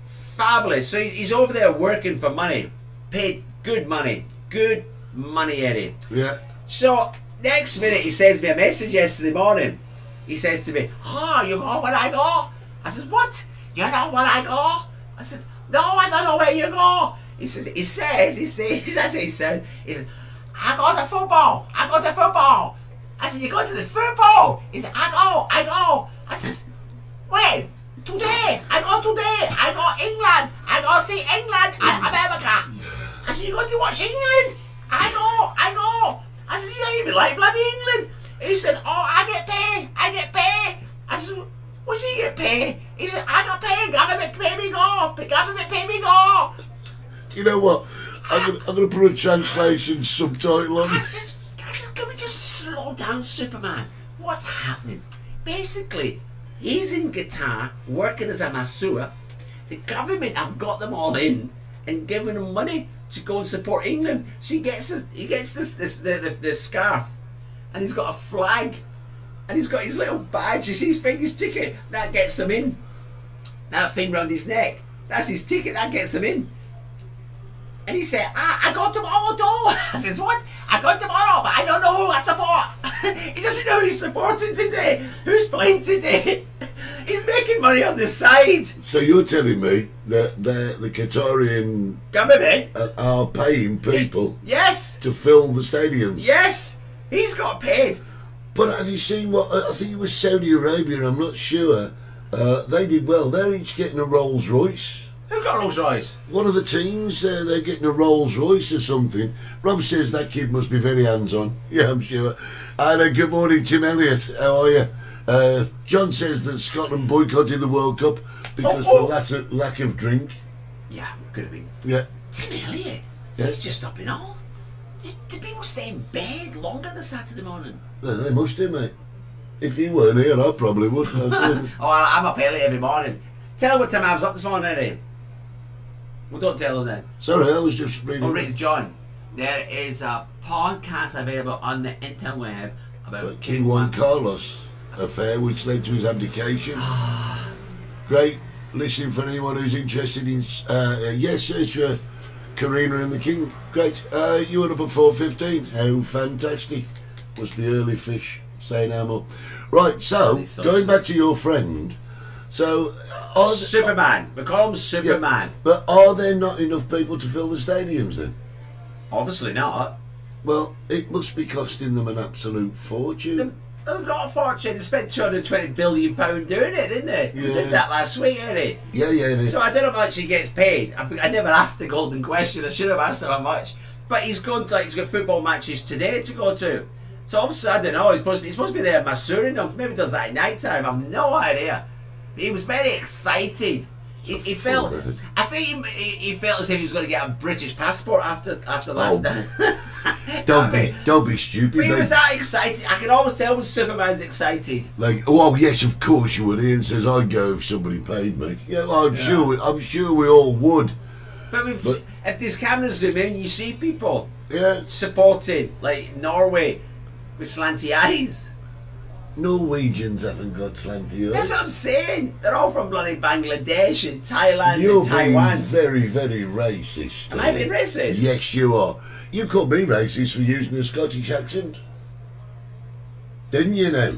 [SPEAKER 5] fabulous. So he- he's over there working for money, paid good money, good money, Eddie.
[SPEAKER 4] Yeah.
[SPEAKER 5] So next minute he sends me a message yesterday morning. He says to me, "Ah, you know where I go?" I says, "What? You know where I go?" I says, "No, I don't know where you go." He says, "He says, he says, as he said, he says, I go to football. I go to football." I said, "You go to the football?" He said, "I go, I go." I says, "When?" Today, I go today. I go England. I go see England and America. I said, you got to watch England. I know, I know. I said, you don't even like bloody England. He said, oh, I get paid, I get paid. I said, what do you get paid? He said, I got paid, government pay me go, the government pay me go.
[SPEAKER 4] You know what? I'm going to I'm gonna put a translation subtitle on
[SPEAKER 5] I
[SPEAKER 4] this.
[SPEAKER 5] said, I said, can we just slow down, Superman? What's happening? Basically, he's in Qatar working as a masseur. The government have got them all in and given him money to go and support England. So he gets this, he gets this this the, the, the scarf, and he's got a flag, and he's got his little badge. You see his fingers ticket that gets him in. That thing round his neck. That's his ticket. That gets him in. And he said, I, I got tomorrow though. I says, what? I got tomorrow, but I don't know who I support. he doesn't know who's supporting today, who's playing today. He's making money on the side.
[SPEAKER 4] So you're telling me that the, the Qatarian
[SPEAKER 5] Government?
[SPEAKER 4] uh, are paying people
[SPEAKER 5] Yes,
[SPEAKER 4] to fill the stadiums?
[SPEAKER 5] yes. He's got paid.
[SPEAKER 4] But have you seen what I I think it was Saudi Arabia? I'm not sure. Uh, they did well. They're each getting a Rolls Royce.
[SPEAKER 5] Who got Rolls Royce?
[SPEAKER 4] One of the teams, uh, they're getting a Rolls Royce or something. Rob says that kid must be very hands on. Yeah, I'm sure. And uh, good morning, Tim Elliott. How are you? Uh, John says that Scotland boycotted the World Cup because
[SPEAKER 5] Oh, oh.
[SPEAKER 4] of the lack of, lack of drink.
[SPEAKER 5] Yeah, could have been.
[SPEAKER 4] Yeah.
[SPEAKER 5] Tim Elliott.
[SPEAKER 4] Yeah.
[SPEAKER 5] He's just up in all. Do, do people stay in bed longer than Saturday morning?
[SPEAKER 4] Well, They must do, mate. If he weren't here, I probably would. I'll tell you.
[SPEAKER 5] Oh, I- I'm up early every morning. Tell him what time I was up this morning, Eddie. Well, don't tell him then.
[SPEAKER 4] Sorry, I was just reading.
[SPEAKER 5] Oh, Rick John, there is a podcast available on the interweb about
[SPEAKER 4] But King Juan Carlos affair, which led to his abdication. Great listening for anyone who's interested in. Uh, yes, search for Karina and the King. Great. Uh, you were up at four fifteen. How fantastic! Must be early fish. Saying how much. Right. So
[SPEAKER 5] These
[SPEAKER 4] going back to your friend. So are th-
[SPEAKER 5] Superman. We call him
[SPEAKER 4] yeah,
[SPEAKER 5] Superman.
[SPEAKER 4] but are there not enough people to fill the stadiums then?
[SPEAKER 5] Obviously not.
[SPEAKER 4] Well, it must be costing them an absolute fortune.
[SPEAKER 5] They've got a fortune. They spent 220 billion pound doing it, didn't they? We
[SPEAKER 4] Yeah.
[SPEAKER 5] did that last week, didn't it?
[SPEAKER 4] Yeah, yeah, it is.
[SPEAKER 5] So I don't know how much he gets paid. I, think- I never asked the golden question. I should have asked him how much. But he's going to, like he's got football matches today to go to. So obviously I don't know. He's supposed to be, he's supposed to be there masseuring them. Maybe he does that at night time. I've no idea. He was very excited. He, he felt.
[SPEAKER 4] Alright.
[SPEAKER 5] I think he, he, he felt as if he was going to get a British passport after after last
[SPEAKER 4] Oh.
[SPEAKER 5] night.
[SPEAKER 4] Don't
[SPEAKER 5] I mean,
[SPEAKER 4] be, don't be stupid.
[SPEAKER 5] But he
[SPEAKER 4] They-
[SPEAKER 5] was that excited. I can always tell when Superman's excited.
[SPEAKER 4] Like, oh yes, of course you would. Ian says I'd go if somebody paid me. Yeah, well, I'm sure. We, I'm sure we all would.
[SPEAKER 5] But, we've,
[SPEAKER 4] But-
[SPEAKER 5] if these cameras zoom in, you see people.
[SPEAKER 4] Yeah,
[SPEAKER 5] supported like Norway with slanty eyes.
[SPEAKER 4] Norwegians haven't got slanty
[SPEAKER 5] That's
[SPEAKER 4] eyes.
[SPEAKER 5] what I'm saying. They're all from bloody Bangladesh and Thailand
[SPEAKER 4] You're
[SPEAKER 5] and
[SPEAKER 4] being
[SPEAKER 5] Taiwan.
[SPEAKER 4] very, very racist.
[SPEAKER 5] Am I
[SPEAKER 4] Ian.
[SPEAKER 5] being racist?
[SPEAKER 4] Yes, you are. You called me racist for using a Scottish accent, didn't you? Now,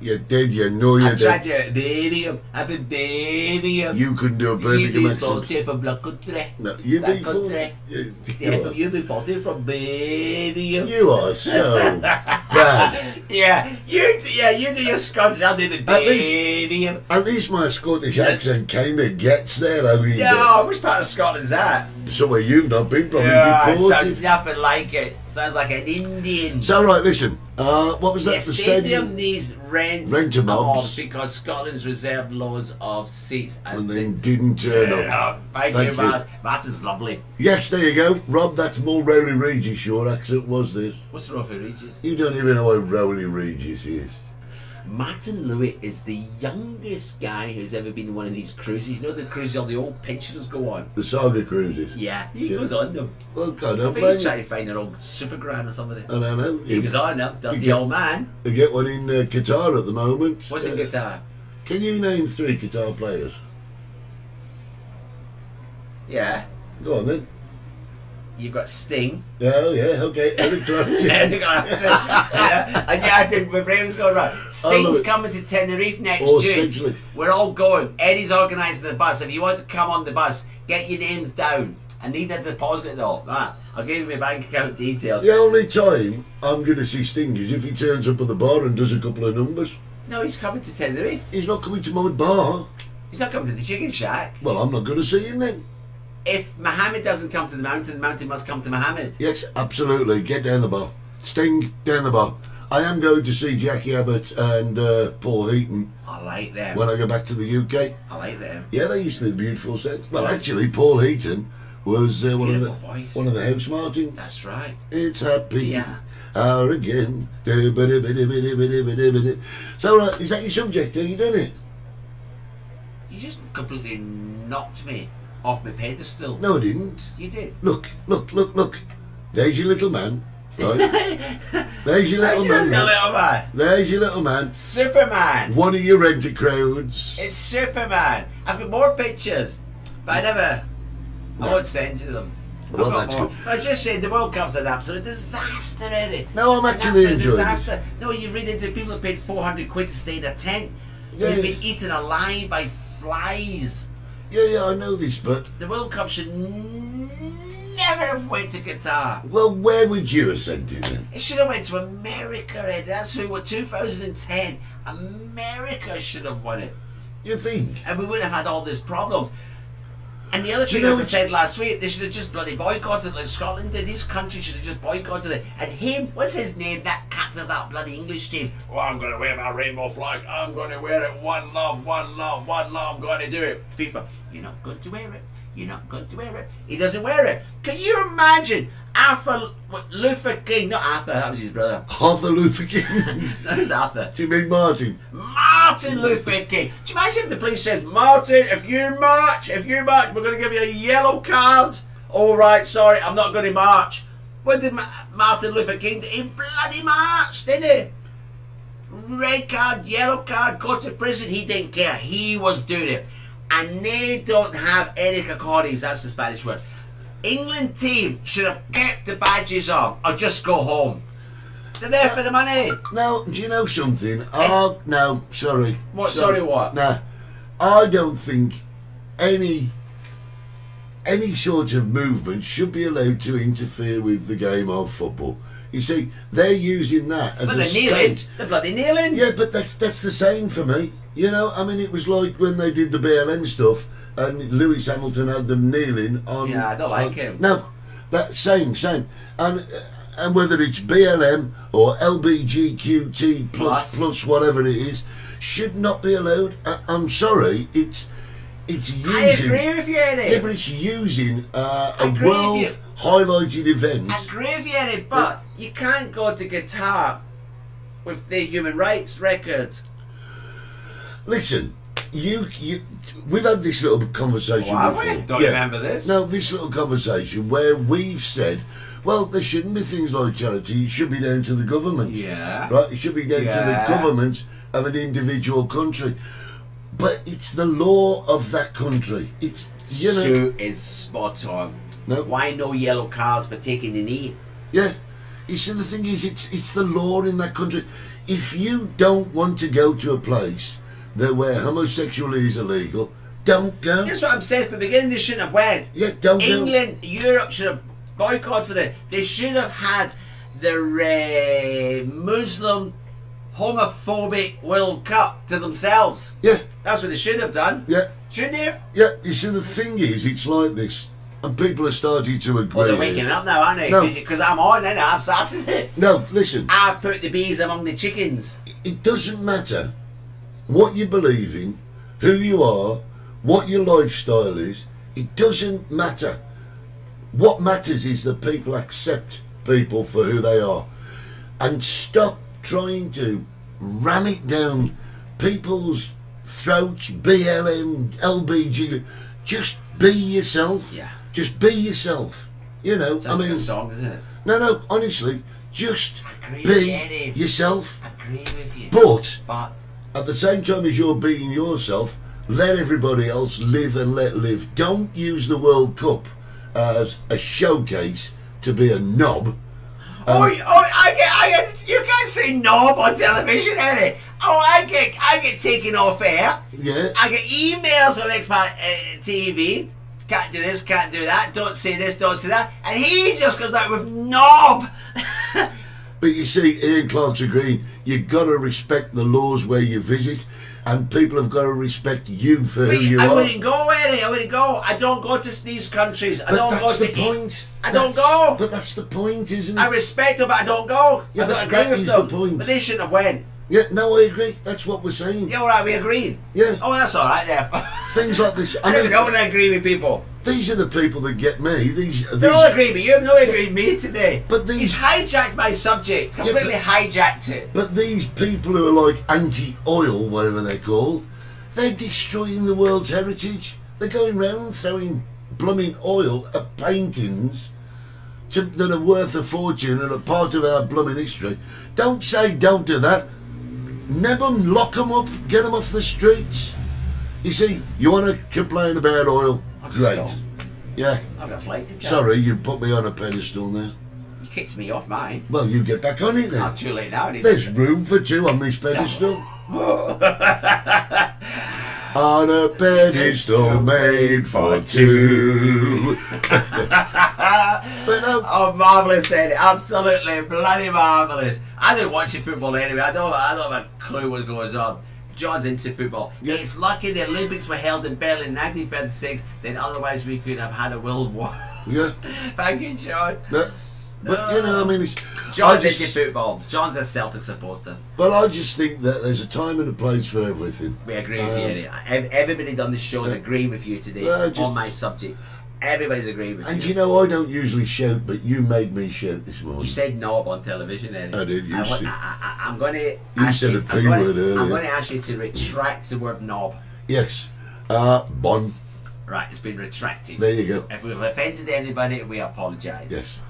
[SPEAKER 4] you did. You know you
[SPEAKER 5] I tried
[SPEAKER 4] did.
[SPEAKER 5] to bury him. I said bury him.
[SPEAKER 4] You couldn't do a
[SPEAKER 5] You've
[SPEAKER 4] Birmingham
[SPEAKER 5] been
[SPEAKER 4] accent.
[SPEAKER 5] voted from Black Country.
[SPEAKER 4] No, you've
[SPEAKER 5] Black
[SPEAKER 4] been fooled.
[SPEAKER 5] Country.
[SPEAKER 4] You, you
[SPEAKER 5] Yeah,
[SPEAKER 4] are-
[SPEAKER 5] you've been voted from bury him.
[SPEAKER 4] You are so. bad.
[SPEAKER 5] Yeah, you yeah you do your Scots. I'll do the
[SPEAKER 4] At least-
[SPEAKER 5] Danian.
[SPEAKER 4] At least my Scottish accent kind of gets there. I mean,
[SPEAKER 5] No, which part of Scotland's that?
[SPEAKER 4] somewhere you've not been probably
[SPEAKER 5] Yeah, it
[SPEAKER 4] deported.
[SPEAKER 5] sounds nothing like it. Sounds like an Indian.
[SPEAKER 4] So right, listen. Uh, what was that?
[SPEAKER 5] the stadium needs rent
[SPEAKER 4] Rent a mobs.
[SPEAKER 5] mobs because Scotland's reserved loads of seats
[SPEAKER 4] and
[SPEAKER 5] and
[SPEAKER 4] they didn't turn up.
[SPEAKER 5] Thank,
[SPEAKER 4] Thank
[SPEAKER 5] you,
[SPEAKER 4] you.
[SPEAKER 5] Matt. Matt is lovely.
[SPEAKER 4] Yes, there you go, Rob. That's more Rowley Regis your accent was this.
[SPEAKER 5] What's wrong with Regis?
[SPEAKER 4] You don't even know who Rowley Regis is.
[SPEAKER 5] Martin Lewitt is the youngest guy who's ever been on one of these cruises. You know the cruises all the old pensioners go on?
[SPEAKER 4] The Saga Cruises.
[SPEAKER 5] Yeah, he
[SPEAKER 4] Yeah.
[SPEAKER 5] goes on them.
[SPEAKER 4] Well, God,
[SPEAKER 5] I
[SPEAKER 4] don't
[SPEAKER 5] think
[SPEAKER 4] blame
[SPEAKER 5] he's
[SPEAKER 4] you.
[SPEAKER 5] trying to find an old super grand or something.
[SPEAKER 4] I don't know.
[SPEAKER 5] He was
[SPEAKER 4] You,
[SPEAKER 5] on them, dirty
[SPEAKER 4] Yeah.
[SPEAKER 5] old man.
[SPEAKER 4] you get one in uh, Qatar at the moment.
[SPEAKER 5] What's in
[SPEAKER 4] Uh,
[SPEAKER 5] guitar?
[SPEAKER 4] Can you name three guitar players?
[SPEAKER 5] Yeah,
[SPEAKER 4] Go on then.
[SPEAKER 5] you've got Sting.
[SPEAKER 4] Oh yeah, okay. Eric
[SPEAKER 5] and
[SPEAKER 4] Clapton.
[SPEAKER 5] yeah, I did. My brain was going right.
[SPEAKER 4] love
[SPEAKER 5] Sting's
[SPEAKER 4] it.
[SPEAKER 5] coming to Tenerife next
[SPEAKER 4] Or
[SPEAKER 5] June.
[SPEAKER 4] Sicily.
[SPEAKER 5] We're all going. Eddie's organising the bus. If you want to come on the bus, get your names down. I need a deposit though. Right, I'll give you my bank account details.
[SPEAKER 4] the only time I'm going to see Sting is if he turns up at the bar and does a couple of numbers.
[SPEAKER 5] No, he's coming to Tenerife.
[SPEAKER 4] He's not coming to my bar.
[SPEAKER 5] He's not coming to the chicken shack.
[SPEAKER 4] Well, I'm not going to see him then.
[SPEAKER 5] If Mohammed doesn't come to the mountain, the mountain must come to Mohammed.
[SPEAKER 4] Yes, absolutely. Get down the bar. Sting down the bar. I am going to see Jackie Abbott and uh, Paul Heaton
[SPEAKER 5] I like them.
[SPEAKER 4] when I go back to the UK.
[SPEAKER 5] I like them.
[SPEAKER 4] Yeah, they used to be the beautiful set. Well, actually, Paul Heaton was uh, one of the
[SPEAKER 5] Beautiful voice.
[SPEAKER 4] one of the house Martin.
[SPEAKER 5] That's right.
[SPEAKER 4] It's happy.
[SPEAKER 5] Yeah.
[SPEAKER 4] Hour again. Do-ba-do-ba-do-ba-do-ba-do-ba-do. So, uh, is that your subject? Have you done it?
[SPEAKER 5] You just completely knocked me off my pedestal.
[SPEAKER 4] No, I didn't.
[SPEAKER 5] You did.
[SPEAKER 4] Look, look, look, look. There's your little man. Right. There's your little man.
[SPEAKER 5] Just a
[SPEAKER 4] right?
[SPEAKER 5] little man.
[SPEAKER 4] There's your little man.
[SPEAKER 5] Superman.
[SPEAKER 4] One of your renter crowds.
[SPEAKER 5] It's Superman. I've got more pictures, but I never. I won't send you them. I've
[SPEAKER 4] Well,
[SPEAKER 5] got
[SPEAKER 4] that's
[SPEAKER 5] more.
[SPEAKER 4] good.
[SPEAKER 5] I was just saying the World Cup's an absolute disaster, Eddie.
[SPEAKER 4] No, I'm
[SPEAKER 5] An
[SPEAKER 4] actually
[SPEAKER 5] absolute
[SPEAKER 4] enjoying
[SPEAKER 5] disaster. No, you read into people who paid 400 quid to stay in a tent.
[SPEAKER 4] Yeah,
[SPEAKER 5] They've
[SPEAKER 4] yeah.
[SPEAKER 5] been eaten alive by flies.
[SPEAKER 4] Yeah, yeah, I know this, but
[SPEAKER 5] The World Cup should n- never have went to Qatar.
[SPEAKER 4] well, where would you have sent it then?
[SPEAKER 5] It should have went to America, Eddie. That's who. What 2010? America should have won it.
[SPEAKER 4] You think?
[SPEAKER 5] and we wouldn't have had all these problems. And the other
[SPEAKER 4] Do you
[SPEAKER 5] thing,
[SPEAKER 4] know
[SPEAKER 5] as I
[SPEAKER 4] it's-
[SPEAKER 5] said last week, they should have just bloody boycotted it like Scotland did. These countries should have just boycotted it. And him, what's his name, that captain of that bloody English team? Oh, I'm going to wear my rainbow flag. I'm going to wear it. One love, one love, one love. I'm going to do it. FIFA, you're not going to wear it. You're not going to wear it. He doesn't wear it. Can you imagine Arthur what, Luther King? Not Arthur, that was his brother.
[SPEAKER 4] Arthur Luther King.
[SPEAKER 5] That was Arthur.
[SPEAKER 4] Do you mean Martin?
[SPEAKER 5] Martin Luther King. Do you imagine if the police says, Martin, if you march, if you march, we're going to give you a yellow card. All right, sorry, I'm not going to march. What did Ma- Martin Luther King do? He bloody marched, didn't he? Red card, yellow card, go to prison. He didn't care. He was doing it. And they don't have any cojones. That's the Spanish word. England team should have kept the badges on or just go home. They're there for the money.
[SPEAKER 4] Now, do you know something? Oh, no, sorry.
[SPEAKER 5] What, sorry what?
[SPEAKER 4] Nah, I don't think any any sort of movement should be allowed to interfere with the game of football. You see, they're using that as
[SPEAKER 5] But
[SPEAKER 4] a
[SPEAKER 5] they're kneeling.
[SPEAKER 4] stage.
[SPEAKER 5] They're bloody kneeling.
[SPEAKER 4] Yeah, but that's that's the same for me. You know, I mean, it was like when they did the BLM stuff, and Lewis Hamilton had them kneeling on.
[SPEAKER 5] Yeah, I don't like
[SPEAKER 4] on-
[SPEAKER 5] him.
[SPEAKER 4] No, that same, same, and and whether it's BLM or LBGQT plus
[SPEAKER 5] Plus.
[SPEAKER 4] plus whatever it is, should not be allowed. I, I'm sorry, it's it's using.
[SPEAKER 5] I agree with you, Eddie.
[SPEAKER 4] yeah, but it's using uh,
[SPEAKER 5] I
[SPEAKER 4] a
[SPEAKER 5] agree with
[SPEAKER 4] world
[SPEAKER 5] you.
[SPEAKER 4] highlighted event.
[SPEAKER 5] I agree with you, Eddie, but you can't go to Qatar with the human rights records.
[SPEAKER 4] Listen, you, you, we've had this little conversation
[SPEAKER 5] Oh, have we?
[SPEAKER 4] before.
[SPEAKER 5] Don't remember this.
[SPEAKER 4] No, this little conversation where we've said, well, there shouldn't be things like charity. It should be down to the government.
[SPEAKER 5] Yeah.
[SPEAKER 4] Right. It should be down
[SPEAKER 5] Yeah.
[SPEAKER 4] to the government of an individual country. But it's the law of that country. It's you know.
[SPEAKER 5] Sue is spot on.
[SPEAKER 4] No.
[SPEAKER 5] Why no yellow cards for taking the knee?
[SPEAKER 4] Yeah. You see, the thing is, it's it's the law in that country. If you don't want to go to a place that where homosexuality is illegal, don't go.
[SPEAKER 5] That's what I'm saying from the beginning. They shouldn't have went.
[SPEAKER 4] Yeah, don't go.
[SPEAKER 5] England, Europe should have boycotted it. They should have had the uh, Muslim homophobic World Cup to themselves.
[SPEAKER 4] Yeah,
[SPEAKER 5] That's what they should have done.
[SPEAKER 4] yeah,
[SPEAKER 5] Shouldn't they have?
[SPEAKER 4] yeah. You see, the thing is, it's like this, and people are starting to agree.
[SPEAKER 5] Well, they're waking up now, aren't
[SPEAKER 4] No.
[SPEAKER 5] they? Because I'm on, and I've started it.
[SPEAKER 4] No, listen.
[SPEAKER 5] I've put the bees among the chickens.
[SPEAKER 4] it doesn't matter what you believe in, who you are, what your lifestyle is. It doesn't matter. What matters is that people accept people for who they are and stop trying to ram it down people's throats, BLM, LBG. Just be yourself.
[SPEAKER 5] Yeah.
[SPEAKER 4] Just be yourself. You know, I
[SPEAKER 5] Sounds like
[SPEAKER 4] mean,
[SPEAKER 5] a song, isn't it?
[SPEAKER 4] no, no, honestly, just
[SPEAKER 5] Agree with
[SPEAKER 4] be
[SPEAKER 5] Eddie.
[SPEAKER 4] yourself.
[SPEAKER 5] I agree with you.
[SPEAKER 4] But
[SPEAKER 5] But
[SPEAKER 4] at the same time as you're beating yourself, let everybody else live and let live. Don't use the World Cup as a showcase to be a knob. Um,
[SPEAKER 5] oh, oh, I get, I get, you can't say knob on television, Eddie. Oh, I get, I get taken off air.
[SPEAKER 4] Yeah,
[SPEAKER 5] I get emails from X uh, TV. Can't do this, can't do that. Don't say this, don't say that. And he just comes out with knob.
[SPEAKER 4] but you see, Ian Clark's agreeing. You got to respect the laws where you visit, and people have got to respect you for who you
[SPEAKER 5] I
[SPEAKER 4] are.
[SPEAKER 5] wouldn't go, Eddie. I wouldn't go. I don't go to these countries. I
[SPEAKER 4] But
[SPEAKER 5] don't
[SPEAKER 4] that's
[SPEAKER 5] go
[SPEAKER 4] the
[SPEAKER 5] to eat.
[SPEAKER 4] point.
[SPEAKER 5] I don't
[SPEAKER 4] That's-
[SPEAKER 5] go.
[SPEAKER 4] But that's the point, isn't it?
[SPEAKER 5] I respect them, but I don't go.
[SPEAKER 4] Yeah,
[SPEAKER 5] I
[SPEAKER 4] but
[SPEAKER 5] don't agree
[SPEAKER 4] that
[SPEAKER 5] with
[SPEAKER 4] is
[SPEAKER 5] them.
[SPEAKER 4] the point.
[SPEAKER 5] But they shouldn't have went.
[SPEAKER 4] yeah, no, I agree. That's what we're saying.
[SPEAKER 5] Yeah, all right, we agreed.
[SPEAKER 4] Yeah.
[SPEAKER 5] Oh, that's all right there.
[SPEAKER 4] Things like this.
[SPEAKER 5] I don't know when I agree with people.
[SPEAKER 4] these are the people that get me. These, these
[SPEAKER 5] They all agree with you. No agree with me today.
[SPEAKER 4] But these-
[SPEAKER 5] he's hijacked my subject.
[SPEAKER 4] but-
[SPEAKER 5] Completely hijacked it.
[SPEAKER 4] But these people who are like anti-oil, whatever they're called, they're destroying the world's heritage. They're going round throwing blooming oil at paintings to, that are worth a fortune and are part of our blooming history. Don't say don't do that. Nab 'em, lock 'em up, get 'em off the streets. You see, you want to complain about oil?
[SPEAKER 5] I'll just
[SPEAKER 4] Great.
[SPEAKER 5] go.
[SPEAKER 4] Yeah.
[SPEAKER 5] I'm gonna fly to
[SPEAKER 4] Sorry, you put me on a pedestal now.
[SPEAKER 5] You kicked me off mine.
[SPEAKER 4] Well, you get back on it
[SPEAKER 5] I'm
[SPEAKER 4] then.
[SPEAKER 5] too late now. I need
[SPEAKER 4] There's
[SPEAKER 5] to-
[SPEAKER 4] room for two on this pedestal. on a pedestal made for two. but no,
[SPEAKER 5] Oh, marvellous, Eddie. Absolutely bloody marvellous. I don't watch your football anyway. I don't, I don't have a clue what goes on. John's into football. It's lucky the Olympics were held in Berlin in 1936, then otherwise we could have had a world war.
[SPEAKER 4] yeah,
[SPEAKER 5] Thank you, John.
[SPEAKER 4] no, but you know, I mean, it's, I
[SPEAKER 5] John's into
[SPEAKER 4] just,
[SPEAKER 5] football. John's a Celtic supporter.
[SPEAKER 4] but I just think that there's a time and a place for everything. Um,
[SPEAKER 5] We agree with you, Eddie. Ev- Everybody on the show's agreeing with you today
[SPEAKER 4] Well, just-
[SPEAKER 5] on my subject. Everybody's agreeing with
[SPEAKER 4] And
[SPEAKER 5] you.
[SPEAKER 4] you know, I don't usually shout, but you made me shout this
[SPEAKER 5] You
[SPEAKER 4] morning.
[SPEAKER 5] said knob on television, Eddie.
[SPEAKER 4] I did, you
[SPEAKER 5] I, wa-
[SPEAKER 4] said-
[SPEAKER 5] I, I, am going to.
[SPEAKER 4] said a P word earlier.
[SPEAKER 5] I'm going to ask you to retract the word knob.
[SPEAKER 4] Yes, uh, Bon.
[SPEAKER 5] Right, it's been retracted.
[SPEAKER 4] There you go.
[SPEAKER 5] If we've offended anybody, we apologise.
[SPEAKER 4] Yes,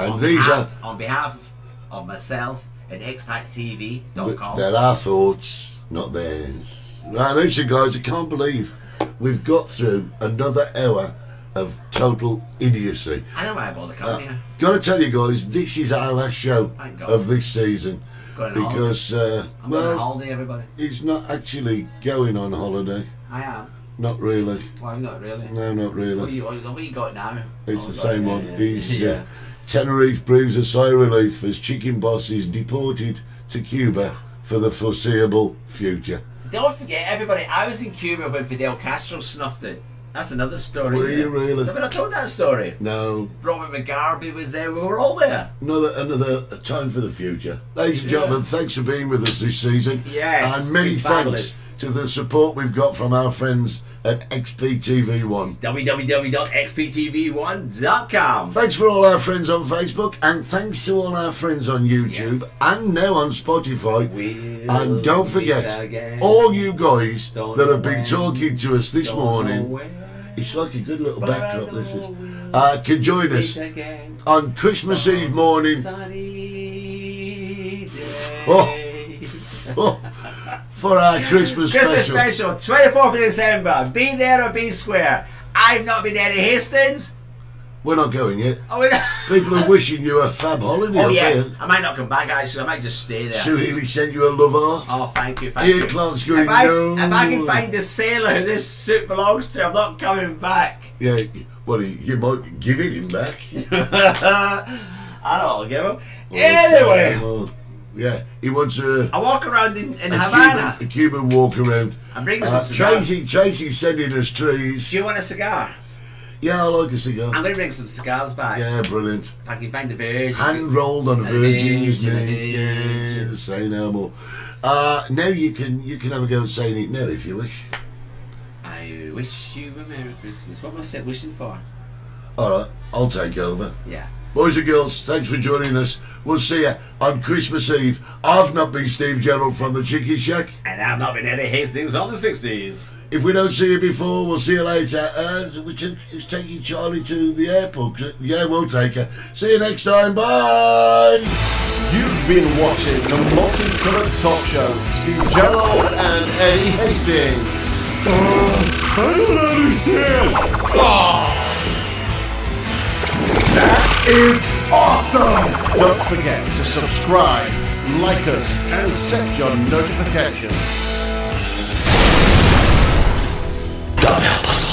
[SPEAKER 4] and
[SPEAKER 5] On
[SPEAKER 4] these are
[SPEAKER 5] behalf, on behalf of myself and
[SPEAKER 4] But
[SPEAKER 5] expacttv.com.
[SPEAKER 4] they're our thoughts, not theirs. Now listen, guys, I can't believe we've got through another hour of total idiocy.
[SPEAKER 5] I don't mind bother coming here.
[SPEAKER 4] Got to tell you guys, this is our last show
[SPEAKER 5] Thank God.
[SPEAKER 4] of this season
[SPEAKER 5] Going on holiday.
[SPEAKER 4] because, uh,
[SPEAKER 5] I'm on
[SPEAKER 4] well,
[SPEAKER 5] holiday, everybody.
[SPEAKER 4] he's not actually going on holiday.
[SPEAKER 5] I am.
[SPEAKER 4] Not really.
[SPEAKER 5] Well, I'm not really.
[SPEAKER 4] No, not
[SPEAKER 5] What,
[SPEAKER 4] really.
[SPEAKER 5] you, what, you, what you got now?
[SPEAKER 4] It's
[SPEAKER 5] Oh,
[SPEAKER 4] the
[SPEAKER 5] God,
[SPEAKER 4] same
[SPEAKER 5] yeah,
[SPEAKER 4] one.
[SPEAKER 5] yeah,
[SPEAKER 4] He's
[SPEAKER 5] yeah.
[SPEAKER 4] uh, Tenerife breathes a sigh of relief as Chicken Boss is deported to Cuba for the foreseeable future.
[SPEAKER 5] Don't forget, everybody, I was in Cuba when Fidel Castro snuffed it. That's another story.
[SPEAKER 4] Were
[SPEAKER 5] isn't
[SPEAKER 4] you
[SPEAKER 5] it?
[SPEAKER 4] really?
[SPEAKER 5] Have I not told that story?
[SPEAKER 4] No,
[SPEAKER 5] Robert mugabe was there. We were all there.
[SPEAKER 4] Another another time for the future. Ladies and gentlemen, thanks for being with us this season.
[SPEAKER 5] Yes,
[SPEAKER 4] And many
[SPEAKER 5] it's
[SPEAKER 4] thanks
[SPEAKER 5] fabulous.
[SPEAKER 4] to the support we've got from our friends at XPTV1.
[SPEAKER 5] www.xptv1.com.
[SPEAKER 4] Thanks for all our friends on Facebook and thanks to all our friends on YouTube
[SPEAKER 5] Yes.
[SPEAKER 4] and now on Spotify.
[SPEAKER 5] We'll
[SPEAKER 4] and don't
[SPEAKER 5] meet
[SPEAKER 4] forget
[SPEAKER 5] again.
[SPEAKER 4] all you guys
[SPEAKER 5] Don't
[SPEAKER 4] that
[SPEAKER 5] know
[SPEAKER 4] have been
[SPEAKER 5] when,
[SPEAKER 4] talking to us this
[SPEAKER 5] Don't
[SPEAKER 4] morning.
[SPEAKER 5] know where
[SPEAKER 4] It's like a good little
[SPEAKER 5] But I
[SPEAKER 4] backdrop this is.
[SPEAKER 5] know we'll
[SPEAKER 4] Uh, can join us
[SPEAKER 5] it's again.
[SPEAKER 4] on Christmas Eve morning
[SPEAKER 5] Sunny day.
[SPEAKER 4] Oh, for for our Christmas,
[SPEAKER 5] Christmas special, 24th of December. Be there or be square. I've not been there to Hastings.
[SPEAKER 4] We're not going yet.
[SPEAKER 5] I mean,
[SPEAKER 4] People are wishing you a fab holiday.
[SPEAKER 5] oh,
[SPEAKER 4] up
[SPEAKER 5] yes.
[SPEAKER 4] here.
[SPEAKER 5] I might not come back, actually. I might just stay there.
[SPEAKER 4] Sue Healy sent you a love heart.
[SPEAKER 5] Oh, thank you, thank
[SPEAKER 4] Ian
[SPEAKER 5] you.
[SPEAKER 4] Clarke's going,
[SPEAKER 5] if, I,
[SPEAKER 4] "No."
[SPEAKER 5] if I can find the sailor who this suit belongs to, I'm not coming back.
[SPEAKER 4] Yeah, well, you might give it him back.
[SPEAKER 5] I don't give him. Anyway,
[SPEAKER 4] Well, um, yeah, he wants a,
[SPEAKER 5] I walk around in, in
[SPEAKER 4] a
[SPEAKER 5] Havana.
[SPEAKER 4] Cuban, a Cuban walk around.
[SPEAKER 5] I'm bringing
[SPEAKER 4] Uh,
[SPEAKER 5] some cigars.
[SPEAKER 4] Tracy, Tracy's sending us trees.
[SPEAKER 5] Do you want a cigar?
[SPEAKER 4] Yeah, I like a cigar.
[SPEAKER 5] I'm going to bring some cigars back.
[SPEAKER 4] Yeah, brilliant.
[SPEAKER 5] If I can find the Virgin.
[SPEAKER 4] Hand rolled on a
[SPEAKER 5] A
[SPEAKER 4] virgin's
[SPEAKER 5] virgin, a
[SPEAKER 4] knee.
[SPEAKER 5] virgin.
[SPEAKER 4] Yeah, say no more. Uh, now you can you can have a go at saying it now if you wish.
[SPEAKER 5] I wish you a Merry Christmas. What am I set wishing for?
[SPEAKER 4] All right, I'll take over.
[SPEAKER 5] Yeah.
[SPEAKER 4] Boys and girls, thanks for joining us. We'll see you on Christmas Eve. I've not been Steve Gerald from the Chicky Shack.
[SPEAKER 5] And I've not been Eddie Hastings on the 60s.
[SPEAKER 4] If we don't see you before, we'll see you later. Uh, which is taking Charlie to the airport. Yeah, we'll take her. See you next time. Bye.
[SPEAKER 2] You've been watching the multicolored talk show with Steve Gerald and Eddie Hastings. I don't understand. That is awesome. Don't forget to subscribe, like us, and set your notifications.
[SPEAKER 7] God help us.